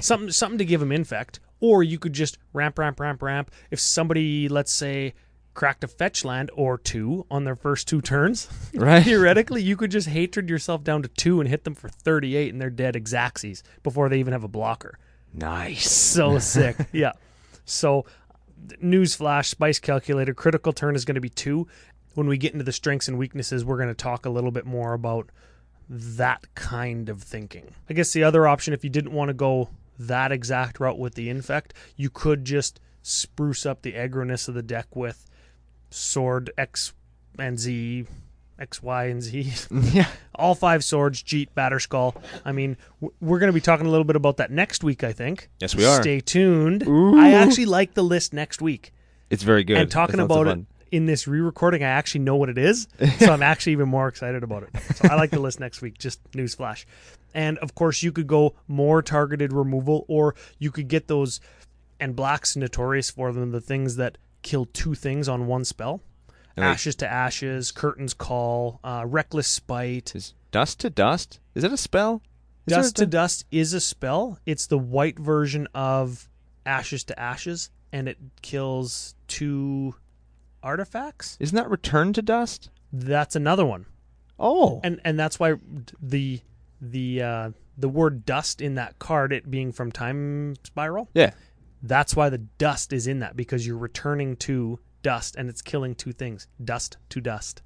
B: something something to give him infect, or you could just ramp ramp ramp ramp. If somebody let's say cracked a fetch land or two on their first two turns
A: Right?
B: theoretically, you could just hatred yourself down to two and hit them for 38, and they're dead exactsies before they even have a blocker.
A: nice.
B: So sick. Yeah. So, th- newsflash, spice calculator, critical turn is going to be two. When we get into the strengths and weaknesses, we're going to talk a little bit more about that kind of thinking. I guess the other option, if you didn't want to go that exact route with the infect, you could just spruce up the aggroness of the deck with sword X and Z, X, Y, and Z.
A: Yeah.
B: All five swords, Jeet, Batterskull. I mean, w- we're going to be talking a little bit about that next week, I think.
A: Yes, we are.
B: Stay tuned.
A: Ooh.
B: I actually like the list next week.
A: It's very good.
B: And talking
A: It's lots of
B: about it
A: fun.
B: in this re recording, I actually know what it is. So I'm actually even more excited about it. So I like the list next week, just newsflash. And of course, you could go more targeted removal, or you could get those. And black's notorious for them, the things that kill two things on one spell.
A: And like-
B: ashes to ashes, curtains call, uh, reckless spite.
A: Is dust to dust? Is it a spell? Is
B: Dust
A: there
B: to
A: a-
B: dust is a spell. It's the white version of ashes to ashes, and it kills two artifacts.
A: Isn't that return to dust?
B: That's another one,
A: Oh.
B: and and that's why the the uh, the word dust in that card, it being from time spiral.
A: yeah.
B: That's why the dust is in that because you're returning to dust, and it's killing two things: dust to dust.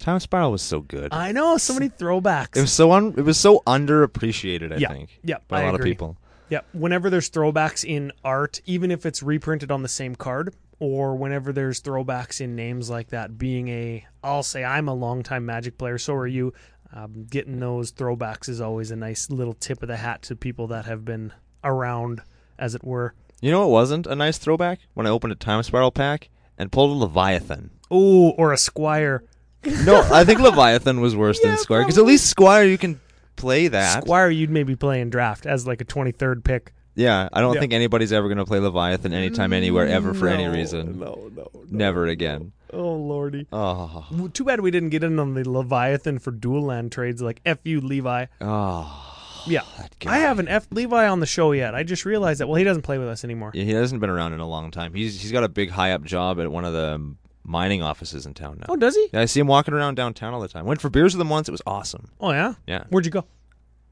A: Time Spiral was so good.
B: I know so many throwbacks.
A: It was so un- it was so underappreciated, I
B: Yeah.
A: think.
B: Yeah,
A: by a
B: I
A: lot
B: agree.
A: of people.
B: Yeah, whenever there's throwbacks in art, even if it's reprinted on the same card, or whenever there's throwbacks in names like that, being a, I'll say I'm a longtime Magic player, so are you. Um, getting those throwbacks is always a nice little tip of the hat to people that have been around, as it were.
A: You know what wasn't a nice throwback? When I opened a Time Spiral pack and pulled a Leviathan.
B: Oh, or a Squire.
A: No, I think Leviathan was worse than Squire because at least Squire you can play that.
B: Squire, you'd maybe play in draft as like a 23rd pick.
A: yeah, I don't
B: Yeah.
A: think anybody's ever going to play Leviathan anytime, anywhere, ever for any reason.
B: No, no. no.
A: Never again.
B: Oh, lordy.
A: Oh,
B: W- Too bad we didn't get in on the Leviathan for dual land trades like F you, Levi.
A: oh,
B: Yeah.
A: that guy.
B: I haven't F Levi on the show yet. I just realized that. Well, he doesn't play with us anymore.
A: Yeah, he hasn't been around in a long time. He's he's got a big high up job at one of the mining offices in town now.
B: Oh, does he?
A: Yeah, I see him walking around downtown all the time. Went for beers with him once. It was awesome.
B: Oh yeah.
A: Yeah.
B: Where'd you go?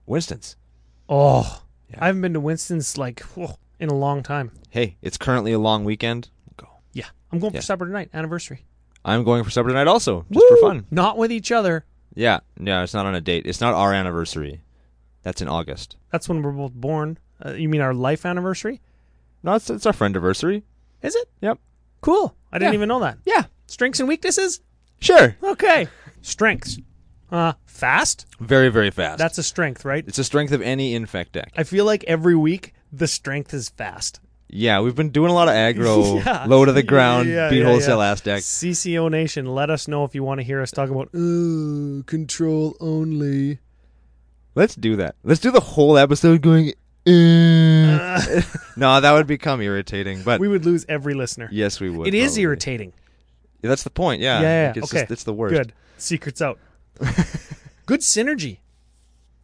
A: Winston's.
B: Oh,
A: Yeah.
B: I haven't been to Winston's like whew, in a long time.
A: Hey, it's currently a long weekend. Go.
B: Yeah, I'm going
A: Yeah.
B: for supper tonight, anniversary.
A: I'm going for supper tonight also, just for
B: Woo!
A: fun.
B: Not with each other.
A: Yeah, yeah, it's not on a date. It's not our anniversary. That's in August.
B: That's when we're both born. Uh, you mean our life anniversary?
A: No, it's, it's our friend anniversary.
B: Is it?
A: Yep.
B: Cool. I didn't
A: Yeah.
B: even know that.
A: Yeah,
B: Strengths and weaknesses?
A: sure.
B: Okay. Strengths. Uh, fast?
A: Very, very fast.
B: That's a strength, right?
A: it's the strength of any infect deck.
B: I feel like every week the strength is fast.
A: Yeah, we've been doing a lot of aggro,
B: Yeah.
A: low to the ground,
B: Yeah,
A: beat
B: yeah,
A: wholesale
B: yeah.
A: ass deck.
B: CCO Nation, let us know if you want to hear us talk about uh, control only.
A: Let's do that. Let's do the whole episode going. "Uh." no, that would become irritating. But
B: We would lose every listener.
A: yes, we would.
B: it is
A: probably.
B: irritating.
A: Yeah, That's the point. Yeah.
B: Yeah, yeah,
A: Like, it's
B: okay.
A: Just, it's the worst.
B: Good. Secrets out. Good synergy,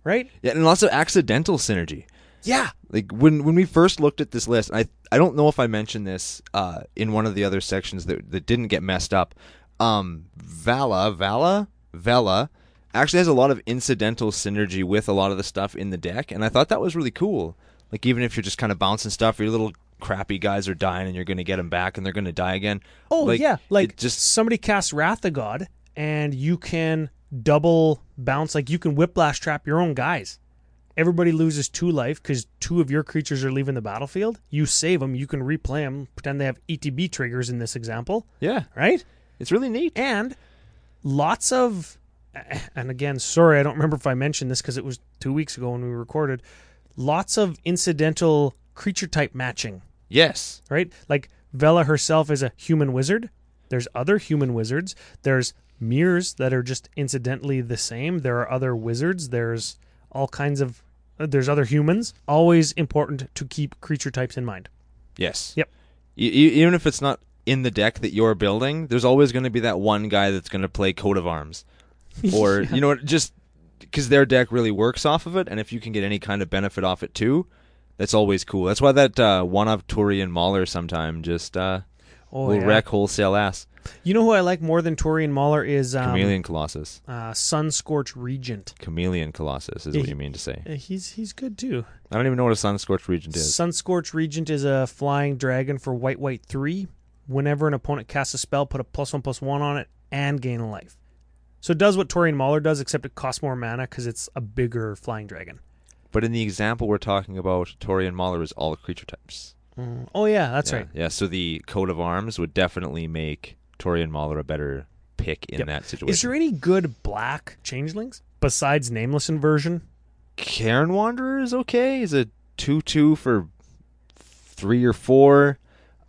B: right?
A: Yeah, and lots of accidental synergy.
B: Yeah.
A: Like when when we first looked at this list, I I don't know if I mentioned this uh, in one of the other sections that that didn't get messed up. Um, Vala, Vala, Vela actually has a lot of incidental synergy with a lot of the stuff in the deck, and I thought that was really cool. Like even if you're just kind of bouncing stuff, your little crappy guys are dying, and you're going to get them back, and they're going to die again.
B: Oh yeah, like
A: it just
B: somebody casts Wrath of God, and you can double bounce, like you can whiplash trap your own guys. Everybody loses two life because two of your creatures are leaving the battlefield. You save them, you can replay them, pretend they have ETB triggers in this example,
A: yeah,
B: right?
A: it's really neat.
B: And lots of, and again, sorry, I don't remember if I mentioned this because it was two weeks ago when we recorded, lots of incidental creature type matching
A: Yes,
B: right? Like Vela herself is a human wizard. There's other human wizards. There's mirrors that are just incidentally the same. There are other wizards. There's all kinds of uh, there's other humans. Always important to keep creature types in mind.
A: yes,
B: Yep.
A: E- e- even if it's not in the deck that you're building, there's always going to be that one guy that's going to play coat of arms, or you know, what, just because their deck really works off of it, and if you can get any kind of benefit off it too, that's always cool. That's why that uh, one of Turi and Mauler sometime just uh,
B: Oh,
A: will
B: yeah.
A: wreck wholesale ass
B: You know who I like more than Tori and Mahler is um,
A: chameleon colossus.
B: uh, Sunscorch Regent.
A: Chameleon colossus is
B: Yeah,
A: what
B: he-
A: you mean to say.
B: Uh, He's he's good too.
A: I don't even know what a sun scorched region is.
B: Sunscorch Regent is a flying dragon for white, white three. Whenever an opponent casts a spell, put a plus one, plus one on it and gain a life. So it does what Torian Mauler does, except it costs more mana because it's a bigger flying dragon.
A: But in the example we're talking about, Tori and Mauler is all creature types.
B: Oh yeah, that's
A: Mm. yeah.
B: right.
A: Yeah, so the coat of arms would definitely make Torian Mahler a better pick in
B: Yep.
A: that situation.
B: Is there any good black changelings besides Nameless Inversion?
A: Cairn Wanderer is okay. He's a two-two for three or four.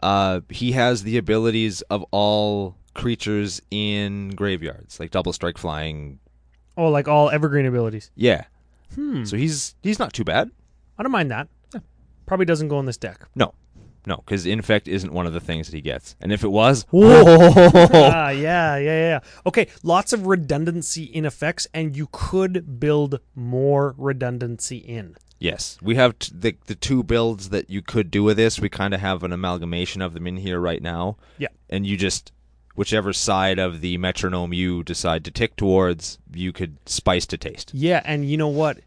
A: Uh, he has the abilities of all creatures in graveyards, like double strike, flying.
B: Oh, like all evergreen abilities.
A: Yeah,
B: Hmm.
A: so he's he's not too bad.
B: I don't mind that. Probably doesn't go in this deck.
A: No, no, because infect isn't one of the things that he gets. And if it was,
B: Ah, yeah, yeah, yeah. yeah. Okay, lots of redundancy in effects, and you could build more redundancy in.
A: Yes, we have t- the the two builds that you could do with this. We kind of have an amalgamation of them in here right now.
B: Yeah.
A: and you just whichever side of the metronome you decide to tick towards, you could spice to taste.
B: Yeah, and you know what?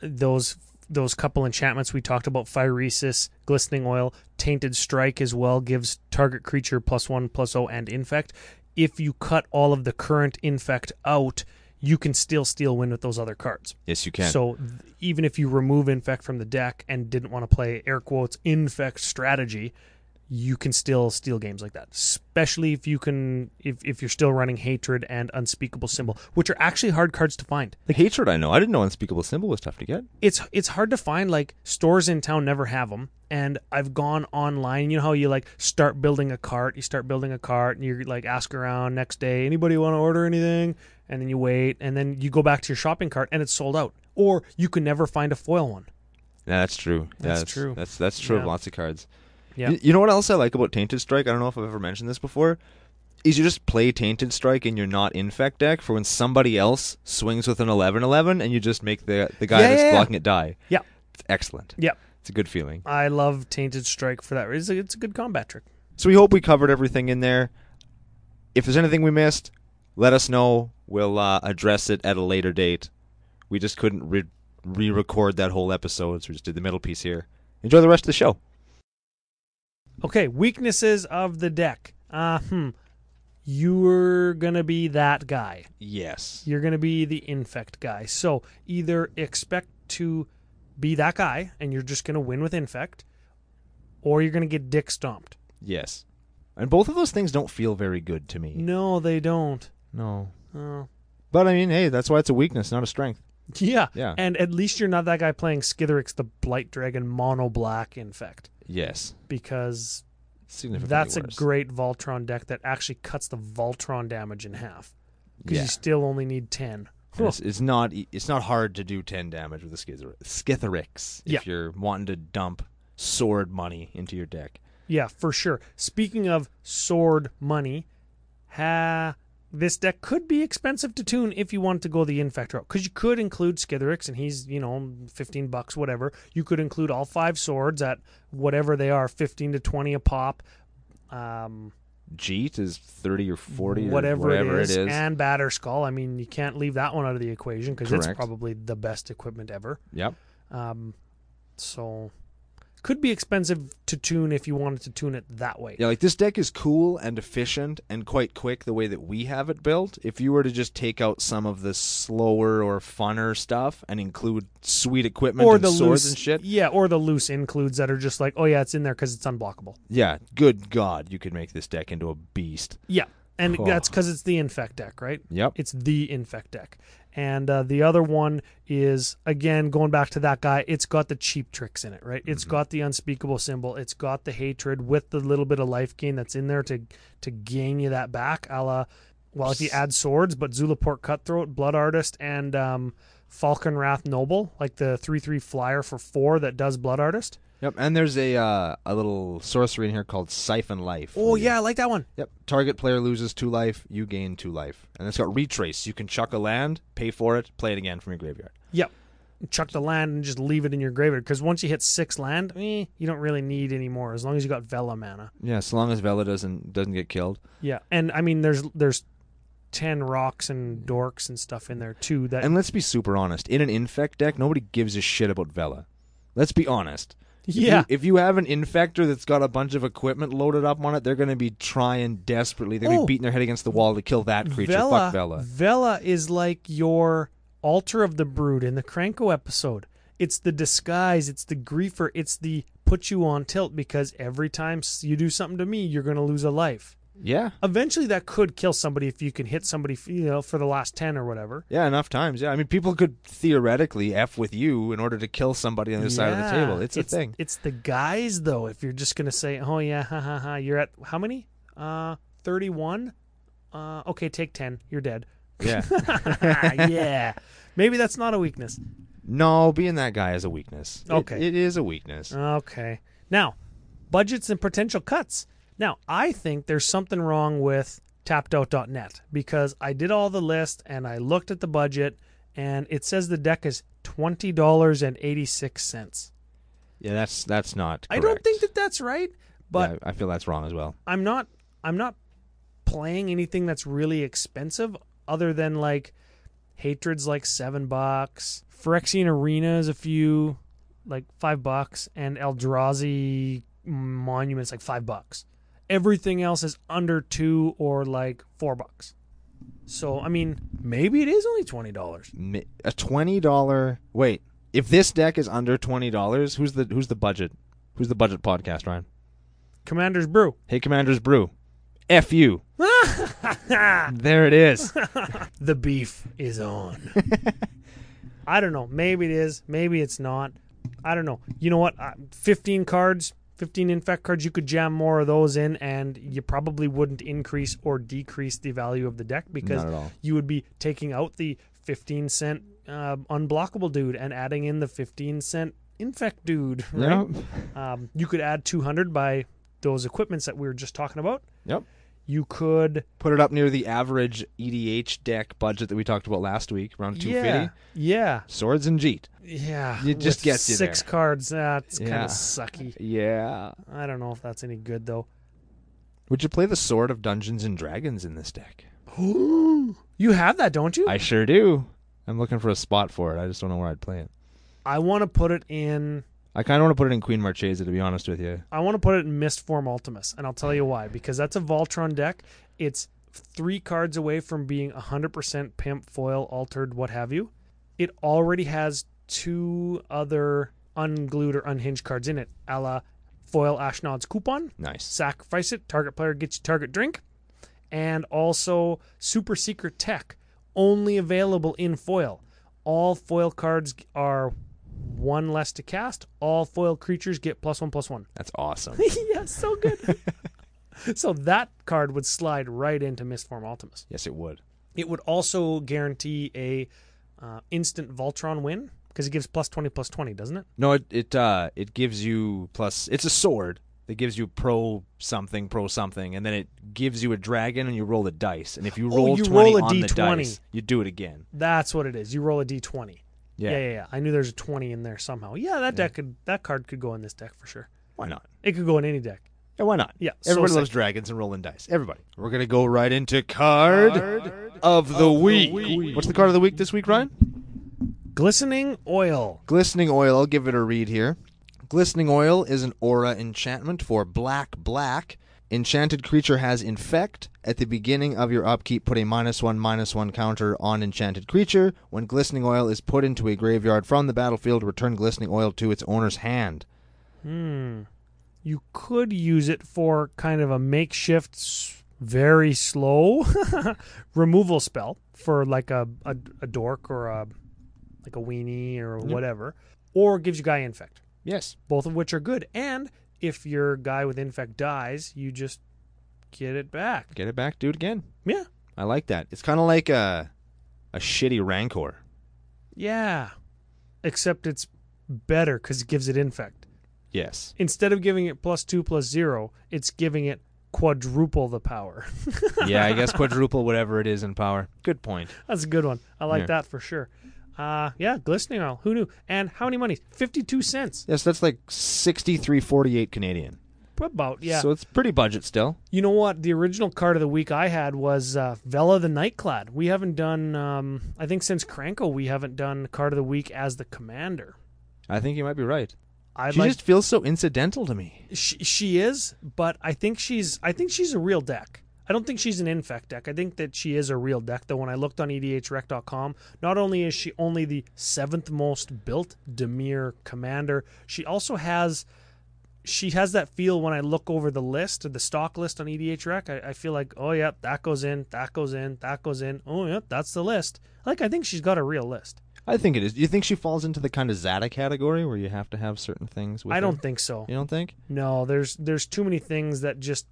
B: Those those couple enchantments we talked about, Phyresis, Glistening Oil, Tainted Strike as well gives target creature plus one, plus oh, and infect. If you cut all of the current infect out, you can still steal win with those other cards.
A: Yes, you can.
B: So th- even if you remove infect from the deck and didn't want to play air quotes infect strategy, you can still steal games like that. Especially if you can if, if you're still running hatred and unspeakable symbol, which are actually hard cards to find
A: the hatred, I know. I didn't know unspeakable symbol was tough to get.
B: it's it's hard to find like stores in town never have them and i've gone online you know how you like start building a cart you start building a cart and you like ask around next day anybody want to order anything and then you wait and then you go back to your shopping cart and it's sold out or you can never find a foil one
A: Yeah, that's true. Yeah,
B: That's true.
A: That's that's true of
B: Yeah.
A: lots of cards.
B: Yeah.
A: Y- You know what else I like about Tainted Strike? I don't know if I've ever mentioned this before. Is you just play Tainted Strike in your not infect deck for when somebody else swings with an 11-11 and you just make the the guy
B: Yeah,
A: that's
B: yeah, yeah.
A: blocking it die.
B: Yeah.
A: It's excellent.
B: yep
A: It's a good feeling.
B: i love tainted strike for that reason it's a good combat trick
A: So we hope we covered everything in there. If there's anything we missed, let us know. We'll uh, address it at a later date. We just couldn't re- re-record that whole episode. So we just did the middle piece here. Enjoy the rest of the show.
B: Okay, weaknesses of the deck. Uh, hmm. You're going to be that guy.
A: Yes.
B: You're going to be the infect guy. So either expect to be that guy and you're just going to win with infect, or you're going to get dick stomped.
A: Yes. And both of those things don't feel very good to me.
B: No, they don't.
A: No.
B: Oh.
A: But I mean, hey, that's why it's a weakness, not a strength.
B: Yeah.
A: Yeah.
B: And at least you're not that guy playing Skitherix the Blight Dragon mono black infect
A: Yes.
B: because
A: Significantly
B: that's
A: worse.
B: a great Voltron deck that actually cuts the Voltron damage in half because
A: Yeah.
B: you still only need 10.
A: And It's, it's not e- it's not hard to do ten damage with a Skither- Skitherix if
B: Yeah.
A: you're wanting to dump sword money into your deck.
B: Yeah, for sure. Speaking of sword money, ha, this deck could be expensive to tune if you wanted to go the infect route because you could include Skitherix and he's you know fifteen bucks whatever. You could include all five swords at whatever they are, fifteen to twenty a pop. Um,
A: Jeet is thirty or forty, or
B: whatever,
A: whatever
B: it, is, and batter skull. I mean, you can't leave that one out of the equation because it's
A: Correct.
B: probably the best equipment ever.
A: yep.
B: Um, so could be expensive to tune if you wanted to tune it that way.
A: Yeah, like this deck is cool and efficient and quite quick the way that we have it built. If you were to just take out some of the slower or funner stuff and include sweet equipment
B: Or
A: and
B: the
A: swords
B: loose,
A: and shit,
B: yeah, or the loose includes that are just like, oh yeah, it's in there because it's unblockable.
A: yeah, good god, you could make this deck into a beast.
B: Yeah, and
A: Oh.
B: that's because it's the infect deck, right?
A: Yep.
B: It's the infect deck, and uh, the other one is again going back to that guy. It's got the cheap tricks in it, right? It's got the unspeakable symbol. It's got the hatred with the little bit of life gain that's in there to to gain you that back. A la, well, if you add swords, but Zulaport Cutthroat, Blood Artist, and um, Falcon Wrath Noble, like the three three flyer for four that does Blood Artist.
A: Yep, and there's a uh, a little sorcery in here called Siphon Life.
B: Oh
A: where you-
B: yeah, I like that one.
A: Yep. Target player loses two life, you gain two life. And it's got retrace. You can chuck a land, pay for it, play it again from your graveyard.
B: Yep. Chuck the land and just leave it in your graveyard because once you hit six land, eh, you don't really need any more as long as you got Vela mana.
A: Yeah, so long as Vela doesn't doesn't get killed.
B: Yeah, and I mean there's there's ten rocks and dorks and stuff in there too. That
A: And let's be super honest. In an infect deck, nobody gives a shit about Vela. Let's be honest. If you-
B: yeah,
A: if you have an infector that's got a bunch of equipment loaded up on it, they're going to be trying desperately. They're going to
B: Oh.
A: be beating their head against the wall to kill that creature.
B: Vela,
A: Fuck Vela.
B: Vela is like your altar of the brood in the Cranko episode. It's the disguise. It's the griefer. It's the put you on tilt because every time s- you do something to me, you're gonna lose a life.
A: Yeah.
B: Eventually, that could kill somebody if you can hit somebody, f- you know, for the last ten or whatever.
A: Yeah, enough times. Yeah, I mean, people could theoretically f with you in order to kill somebody on the other side of the
B: Yeah.
A: table. It's, a thing.
B: It's the guys though. If you're just gonna say, "Oh yeah, ha ha ha," you're at how many? Uh, thirty-one. Uh, okay, take ten. You're dead.
A: Yeah.
B: yeah. Maybe that's not a weakness.
A: No, being that guy is a weakness. It-
B: Okay. Uh.
A: it is a weakness.
B: Okay. Now, budgets and potential cuts. Now, I think there's something wrong with tappedout.net because I did all the list and I looked at the budget and it says the deck is twenty dollars and eighty-six cents.
A: yeah, that's that's not.
B: I
A: Correct.
B: don't think that that's right, but
A: Yeah, I feel that's wrong as well.
B: I'm not I'm not playing anything that's really expensive other than like Hatred's like seven bucks. Phyrexian Arena is a few like five bucks and Eldrazi Monument's like five bucks. Everything else is under two or like four bucks. So I mean, maybe it is only twenty dollars.
A: Mi- A twenty dollar. Wait, if this deck is under twenty dollars, who's the who's the budget? Who's the budget podcast, Ryan?
B: Commander's Brew.
A: Hey, Commanders Brew. F you.
B: Ah.
A: there it is.
B: the beef is on. I don't know. Maybe it is. Maybe it's not. I don't know. You know what? Uh, 15 cards, 15 infect cards, you could jam more of those in, and you probably wouldn't increase or decrease the value of the deck because
A: Not at all.
B: you would be taking out the 15 cent uh, unblockable dude and adding in the 15 cent infect dude. Right?
A: Yep.
B: Um, you could add 200 by those equipments that we were just talking about.
A: Yep.
B: You could
A: Put it up near the average EDH deck budget that we talked about last week, around two fifty.
B: Yeah. Yeah.
A: Swords and Jeet.
B: Yeah.
A: It just
B: with
A: gets you
B: six
A: there.
B: cards. That's kind
A: Yeah.
B: of sucky.
A: Yeah.
B: I don't know if that's any good though.
A: Would you play the Sword of Dungeons and Dragons in this deck?
B: you have that, don't you?
A: I sure do. I'm looking for a spot for it. I just don't know where I'd play it.
B: I want to put it in.
A: I kind of want to put it in Queen Marchesa, to be honest with you.
B: I want to put it in Mist Form Ultimus, and I'll tell you why. Because that's a Voltron deck. It's three cards away from being 100% pimp, foil, altered, what have you. It already has two other unglued or unhinged cards in it, a la foil Ashnod's coupon,
A: Nice.
B: sacrifice it, target player gets your target drink, and also super secret tech, only available in foil. All foil cards are one less to cast. All foil creatures get plus one plus one.
A: That's awesome.
B: yeah, so good. so that card would slide right into Mistform Ultimus.
A: yes, it would.
B: It would also guarantee a uh, instant Voltron win because it gives plus twenty plus twenty, doesn't it?
A: No, it it uh it gives you plus. It's a sword that gives you pro something, pro something, and then it gives you a dragon, and you roll the dice. And if you
B: Oh,
A: roll
B: you
A: twenty
B: roll a
A: on the
B: D20.
A: dice, you do it again.
B: That's what it is. You roll a d twenty.
A: Yeah.
B: yeah, yeah, yeah. I knew there's a twenty in there somehow. Yeah, that deck could that card could go in this deck for sure.
A: Why not?
B: It could go in any deck.
A: Yeah, why not?
B: Yeah, so
A: Everybody
B: sick.
A: loves dragons and rolling dice. Everybody. We're gonna go right into card, of, the, week. What's the card of the week this week, Ryan?
B: Glistening oil.
A: Glistening Oil, I'll give it a read here. Glistening Oil is an aura enchantment for black black. Enchanted creature has infect. At the beginning of your upkeep, put a minus one minus one counter on enchanted creature. When glistening oil is put into a graveyard from the battlefield, return glistening oil to its owner's hand.
B: Hmm. You could use it for kind of a makeshift, s- very slow removal spell for like a, a a dork or a like a weenie or whatever, or gives you guy infect.
A: Yes.
B: Both of which are good. And if your guy with infect dies, you just get it back.
A: Get it back, do it again.
B: Yeah,
A: I like that. It's kind of like a a shitty rancor.
B: yeah. Except it's better because it gives it infect.
A: Yes.
B: instead of giving it plus two plus zero, it's giving it quadruple the power.
A: Yeah, I guess quadruple whatever it is in power. Good point.
B: That's a good one. I like
A: Yeah.
B: that for sure. Uh, yeah, glistening oil. Who knew? And how many monies? Fifty-two cents.
A: Yes, that's like 6348 Canadian.
B: About yeah.
A: So it's pretty budget still.
B: you know what? The original card of the week I had was uh, Vela the Nightclad. We haven't done. Um, I think since Cranko, we haven't done card of the week as the commander.
A: I think you might be right.
B: I'd
A: she
B: like
A: just feels so incidental to me.
B: she, she is, but I think she's I think she's a real deck. I don't think she's an infect deck. I think that she is a real deck. Though when I looked on E edhrec.com, not only is she only the seventh most built Demir commander, she also has she has that feel when I look over the list, the stock list on E edhrec. I, I feel like, oh yeah, that goes in, that goes in, that goes in. Oh yeah, that's the list. Like I think she's got a real list.
A: I think it is. Do you think she falls into the kind of Zata category where you have to have certain things? With
B: I don't
A: her?
B: think so.
A: You don't think?
B: No, there's there's too many things that just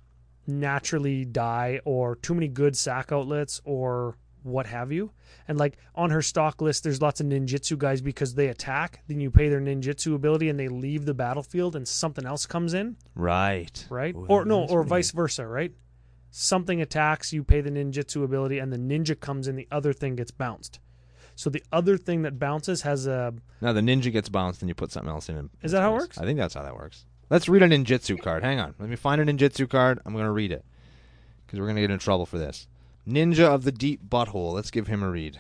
B: naturally die, or too many good sack outlets, or what have you. And like on her stock list, there's lots of ninjutsu guys because they attack. Then you pay their ninjutsu ability, and they leave the battlefield, and something else comes in,
A: Right.
B: right?
A: Ooh,
B: or no,
A: that's
B: or
A: pretty
B: vice versa, right? Something attacks, you pay the ninjutsu ability, and the ninja comes in. The other thing gets bounced. So the other thing that bounces has a
A: good. Now the ninja gets bounced, and you put something else in. in
B: Is that how it
A: place.
B: works?
A: I think that's how that works. Let's read a ninjutsu card. Hang on. Let me find a ninjutsu card. I'm gonna read it because we're gonna get in trouble for this. Ninja of the Deep Butthole. Let's give him a read.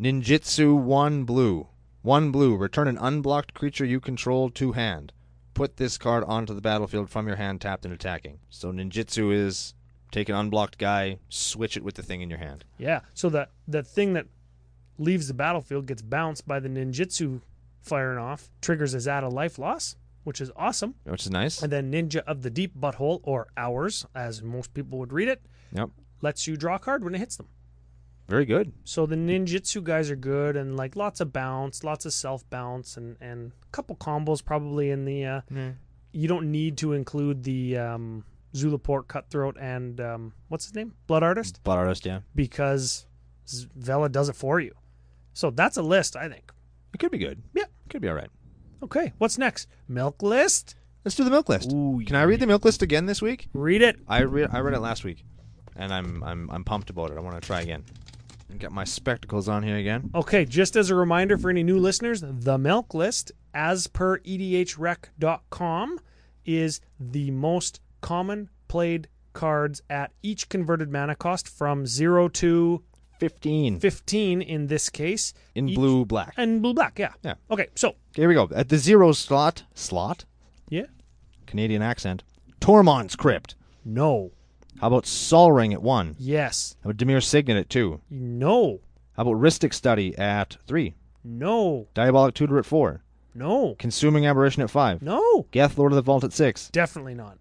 A: Ninjutsu one blue. One blue. Return an unblocked creature you control to hand. Put this card onto the battlefield from your hand, tapped and attacking. So ninjutsu is take an unblocked guy, switch it with the thing in your hand.
B: Yeah. So that the thing that leaves the battlefield gets bounced by the ninjutsu firing off, triggers a Zata life loss, which is awesome.
A: Which is nice.
B: And then Ninja of the Deep Butthole, or Ours, as most people would read it,
A: Yep.
B: lets you draw a card when it hits them.
A: Very good.
B: So the ninjutsu guys are good and like lots of bounce, lots of self bounce and and a couple combos probably in the uh you don't need to include the um Zulaport cutthroat and um what's his name? Blood artist
A: Butt artist, yeah.
B: because Z- Vela does it for you. So that's a list, I think.
A: It could be good.
B: Yeah.
A: Could be all right.
B: Okay, what's next? Milk list?
A: Let's do the milk list.
B: Ooh,
A: Can I read the milk list again this week?
B: Read it.
A: I read I read it last week, and I'm I'm I'm pumped about it. I want to try again. I got my spectacles on here again.
B: Okay, just as a reminder for any new listeners, the milk list, as per E edhrec.com, is the most common played cards at each converted mana cost from 0 to
A: 15
B: 15 in this case.
A: in
B: each-
A: blue black.
B: And blue black, yeah.
A: Yeah.
B: Okay, so,
A: Here we go. At the zero slot, slot,
B: yeah.
A: Canadian accent, Tormund's Crypt.
B: No.
A: How about Solring at one?
B: Yes.
A: How about Demir Signet at two?
B: No.
A: How about Ristic Study at three?
B: No.
A: Diabolic Tutor at four?
B: No.
A: Consuming Aberration at five?
B: No.
A: Geth Lord of the Vault at six?
B: Definitely not.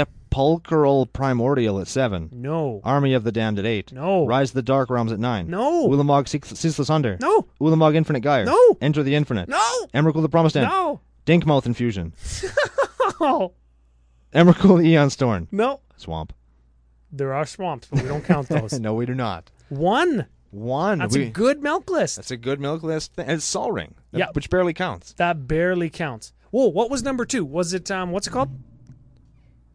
A: Sepulchral Primordial at seven?
B: No.
A: Army of the Damned at eight?
B: No.
A: Rise of the Dark Realms at nine?
B: No.
A: Ulamog Ceas- Ceaseless Under?
B: No.
A: Ulamog Infinite Gyre?
B: No.
A: Enter the Infinite?
B: No.
A: Emrakul the Promised End?
B: No.
A: Dinkmouth Infusion?
B: Oh.
A: Emrakul Eon Storm?
B: No.
A: Swamp?
B: There are swamps, but we don't count those.
A: No, we do not.
B: One.
A: One.
B: That's
A: we-
B: a good milk list.
A: That's a good milk list. Th- and Sol Ring,
B: Yeah.
A: which barely counts.
B: That barely counts. Whoa, what was number two? Was it um what's it called?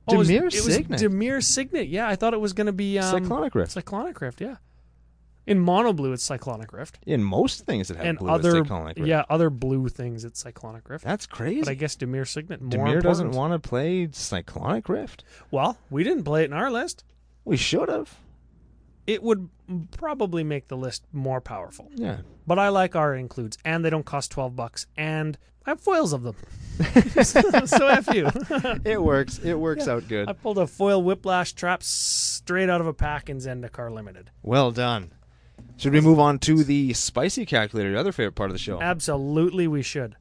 B: Oh, it was-
A: Demir
B: it was,
A: Signet.
B: Demir Signet. Yeah, I thought it was gonna be um,
A: Cyclonic Rift.
B: Cyclonic Rift, yeah. In mono blue it's Cyclonic Rift.
A: In most things that have
B: and
A: blue, it's
B: other
A: Cyclonic Rift.
B: yeah, other blue things it's Cyclonic Rift.
A: That's crazy.
B: but I guess Demir Signet more
A: Demir doesn't
B: important.
A: want to play Cyclonic Rift.
B: Well, we didn't play it in our list.
A: We should have.
B: It would probably make the list more powerful.
A: Yeah.
B: But I like our includes, and they don't cost twelve bucks, and I have foils of them. so f you.
A: It works. It works out good.
B: I pulled a foil whiplash trap straight out of a pack in Zendikar Limited.
A: Well done. Should we move on to the spicy calculator, your other favorite part of the show?
B: Absolutely, we should.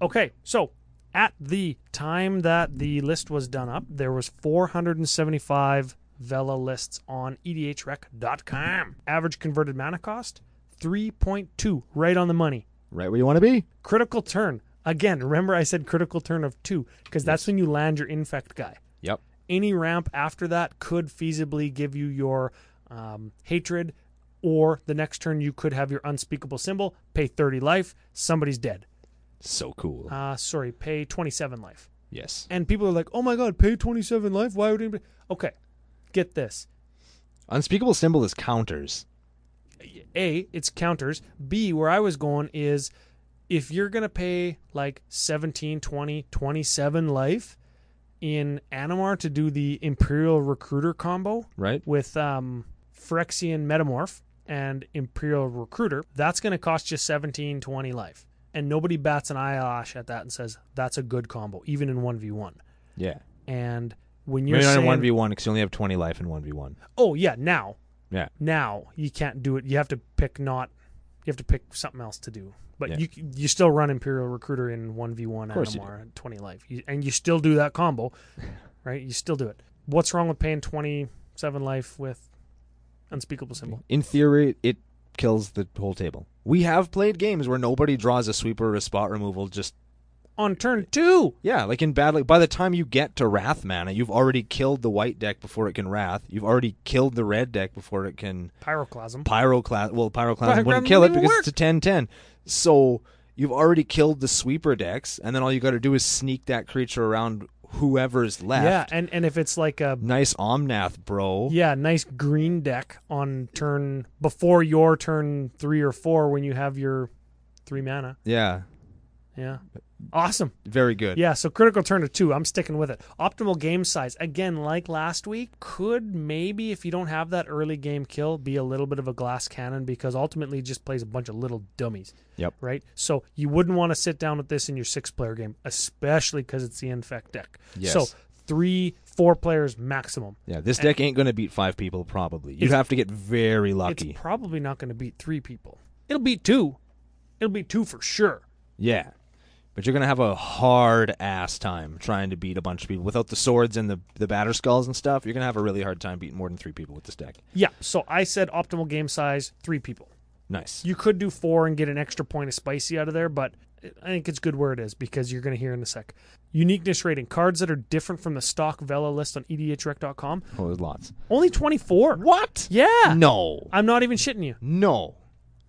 B: Okay, so at the time that the list was done up, there was 475 Vela lists on E edhrec.com. Average converted mana cost 3.2, right on the money.
A: right where you want to be.
B: Critical turn. Again, remember I said critical turn of 2 because that's when you land your infect guy.
A: Yep.
B: any ramp after that could feasibly give you your um, hatred, or the next turn you could have your unspeakable symbol, pay 30 life, somebody's dead.
A: So cool.
B: Uh, sorry, pay 27 life.
A: yes.
B: And people are like, oh my god, pay 27 life? Why would anybody? Okay, get this.
A: Unspeakable symbol is counters.
B: A, it's counters. B, where I was going is if you're going to pay like 17, 20, 27 life in Animar to do the Imperial Recruiter combo,
A: Right.
B: with um, Phyrexian Metamorph and Imperial Recruiter, that's going to cost you 17, 20 life. And nobody bats an eyelash at that and says, that's a good combo, even in 1v1.
A: Yeah.
B: And when you're
A: Maybe not in
B: saying,
A: one v one because you only have twenty life in one v one.
B: oh, yeah, now,
A: Yeah.
B: now you can't do it. You have to pick not, you have to pick something else to do. But
A: Yeah.
B: you you still run Imperial Recruiter in 1v1
A: course you
B: Animar at 20 life. You, and you still do that combo, right? You still do it. What's wrong with paying 27 life with Unspeakable Symbol?
A: In theory, it kills the whole table. We have played games where nobody draws a sweeper or a spot removal. Just
B: on turn two.
A: yeah, like in bad. Like by the time you get to wrath mana, you've already killed the white deck before it can wrath. You've already killed the red deck before it can
B: Pyroclasm.
A: pyroclasm. Well, pyroclasm
B: Pyroclasm
A: wouldn't kill it
B: didn't
A: because
B: work.
A: it's a 10-10. So you've already killed the sweeper decks, and then all you got to do is sneak that creature around whoever's
B: Yeah,
A: left.
B: and, and if it's like a
A: Nice omnath, bro.
B: yeah, nice green deck on turn before your turn three or four when you have your three mana.
A: Yeah,
B: Yeah. Awesome.
A: very good.
B: Yeah, so critical turn to two. I'm sticking with it. Optimal game size. Again, like last week, could maybe, if you don't have that early game kill, be a little bit of a glass cannon because ultimately it just plays a bunch of little dummies.
A: Yep.
B: Right? So you wouldn't want to sit down with this in your six player game, especially because it's the infect deck.
A: Yes.
B: So three, four players maximum.
A: Yeah, this deck ain't going to beat five people, probably. You'd have to get very lucky.
B: It's probably not going to beat three people. It'll beat two. It'll beat two for sure.
A: Yeah. But you're going to have a hard ass time trying to beat a bunch of people. Without the swords and the, the batter skulls and stuff, you're going to have a really hard time beating more than three people with this deck.
B: Yeah. So I said optimal game size, three people.
A: Nice.
B: You could do four and get an extra point of spicy out of there, but I think it's good where it is because you're going to hear in a sec. Uniqueness rating cards that are different from the stock Vela list on E edhrec.com.
A: Oh, there's lots.
B: Only 24.
A: What?
B: Yeah.
A: No.
B: I'm not even shitting you.
A: No.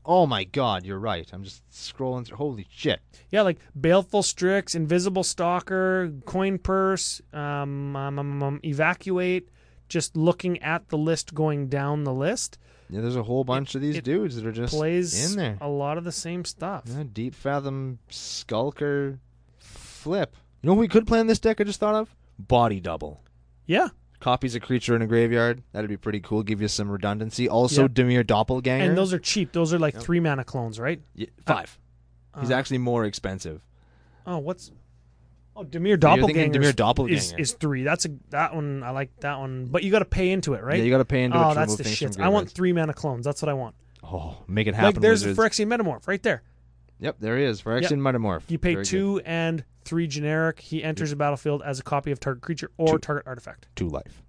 A: Oh my god, you're right. I'm just scrolling through. Holy shit.
B: Yeah, like Baleful Strix, Invisible Stalker, Coin Purse, um, um, um, um, Evacuate. Just looking at the list, going down the list,
A: Yeah, there's a whole bunch of these
B: it
A: dudes that are just
B: plays
A: in there.
B: a lot of the same stuff.
A: Yeah, deep fathom, skulker, flip. You know what we could play in this deck I just thought of? Body double.
B: Yeah,
A: copies of Creature in a Graveyard. That'd be pretty cool. Give you some redundancy. Also,
B: Yep.
A: Demir Doppelganger.
B: And those are cheap. Those are like
A: Yep.
B: three mana clones, right?
A: Y- five. He's
B: Uh,
A: actually more expensive.
B: Oh, what's oh Demir
A: Yeah, you're thinking
B: Doppelganger?
A: Dimir
B: is,
A: Doppelganger.
B: is three. That's a that one. I like that one, but you got to pay into it, right?
A: Yeah, you got to pay into it
B: oh,
A: to
B: that's
A: remove
B: the
A: things
B: shit.
A: from
B: I want
A: graveyards.
B: three mana clones. That's what I want.
A: Oh, make it happen.
B: like there's
A: Wizards.
B: the Phyrexian Metamorph right there.
A: Yep, there he is. Phyrexian
B: Yep.
A: Metamorph.
B: You pay
A: Very good.
B: two and three generic. He enters the battlefield as a copy of target creature or
A: Two.
B: target artifact.
A: Two life.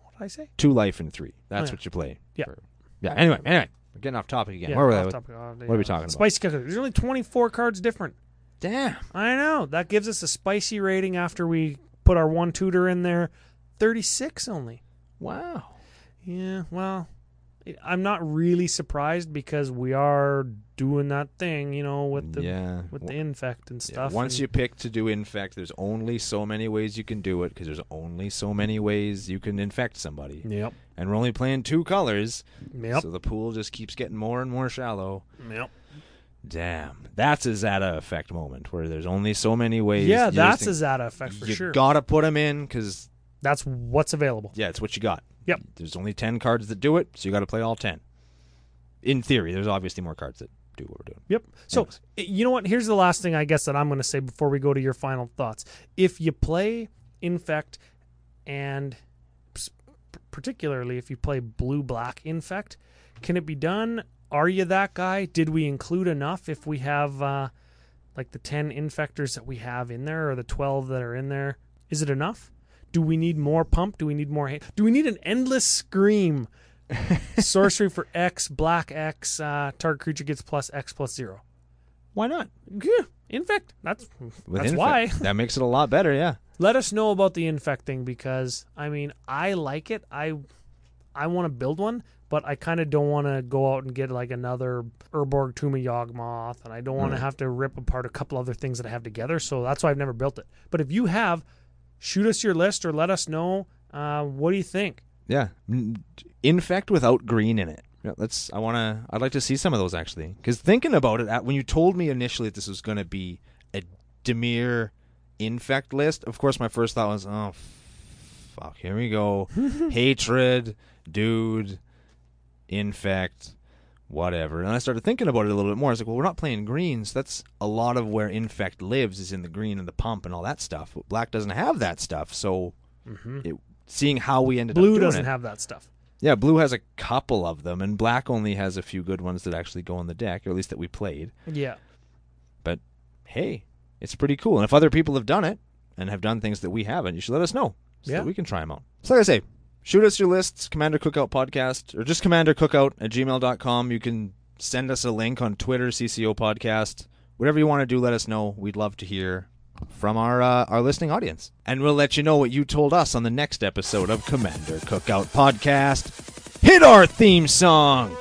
B: What did I say?
A: Two life and three. That's
B: Oh, yeah.
A: what you play.
B: Yeah.
A: for- Yeah. Anyway, anyway, we're getting off topic again. Where were
B: off
A: they?
B: topic. Oh,
A: what are we
B: yeah.
A: talking about?
B: Spicy cooker. There's only 24 cards different.
A: Damn.
B: I know. That gives us a spicy rating after we put our one tutor in there. 36 only.
A: Wow.
B: Yeah, well, I'm not really surprised because we are doing that thing, you know, with the
A: yeah.
B: with the
A: W-
B: infect and
A: yeah,
B: stuff.
A: Once
B: and-
A: you pick to do infect, there's only so many ways you can do it because there's only so many ways you can infect somebody.
B: Yep.
A: And we're only playing two colors,
B: Mm. Yep.
A: so the pool just keeps getting more and more shallow.
B: yep.
A: Damn, that's a Zeta effect moment where there's only so many ways.
B: Yeah,
A: you just
B: that's
A: think-
B: a Zata effect for
A: you
B: sure.
A: gotta put them in because
B: that's what's available.
A: yeah, it's what you got.
B: Yep.
A: There's only ten cards that do it, so you got to play all ten. In theory, there's obviously more cards that do what we're doing.
B: Yep. So
A: Anyways.
B: i- you know what? Here's the last thing I guess that I'm going to say before we go to your final thoughts. If you play Infect, and s- p- particularly if you play Blue Black Infect, can it be done? Are you that guy? Did we include enough? If we have uh, like the ten infectors that we have in there, or the twelve that are in there, is it enough? Do we need more pump? Do we need more hate? Do we need an endless scream? Sorcery for X, black X, uh, target creature gets plus X plus zero.
A: Why not?
B: Yeah, infect. That's
A: With
B: that's
A: infect,
B: why.
A: that makes it a lot better. Yeah.
B: Let us know about the infect thing because I mean I like it. I I want to build one, but I kind of don't want to go out and get like another Urborg Tuma Yawgmoth, and I don't want to have to rip apart a couple other things that I have together. So that's why I've never built it. But if you have, shoot us your list or let us know. Uh, what do you think?
A: Yeah, N- infect without green in it. Yeah, let's. I want to. I'd like to see some of those actually. Because thinking about it, at- when you told me initially that this was going to be a Demir infect list, of course my first thought was, oh, fuck, here we go, hatred, dude, infect, whatever. And I started thinking about it a little bit more. I was like, well, we're not playing greens. That's a lot of where infect lives is in the green and the pump and all that stuff. But black doesn't have that stuff, so. It, seeing how we ended up
B: Mm-hmm. Blue
A: doing
B: doesn't
A: it.
B: have that stuff.
A: Yeah, blue has a couple of them, and black only has a few good ones that actually go on the deck, or at least that we played.
B: Yeah.
A: But hey, it's pretty cool. And if other people have done it and have done things that we haven't, you should let us know so
B: Yeah.
A: that we can try them out. So, like I say, shoot us your lists, Commander Cookout Podcast, or just Commander Cookout at gmail.com. You can send us a link on Twitter, CCO Podcast. Whatever you want to do, let us know. We'd love to hear from our uh, our listening audience. And we'll let you know what you told us on the next episode of Commander Cookout Podcast. Hit our theme song!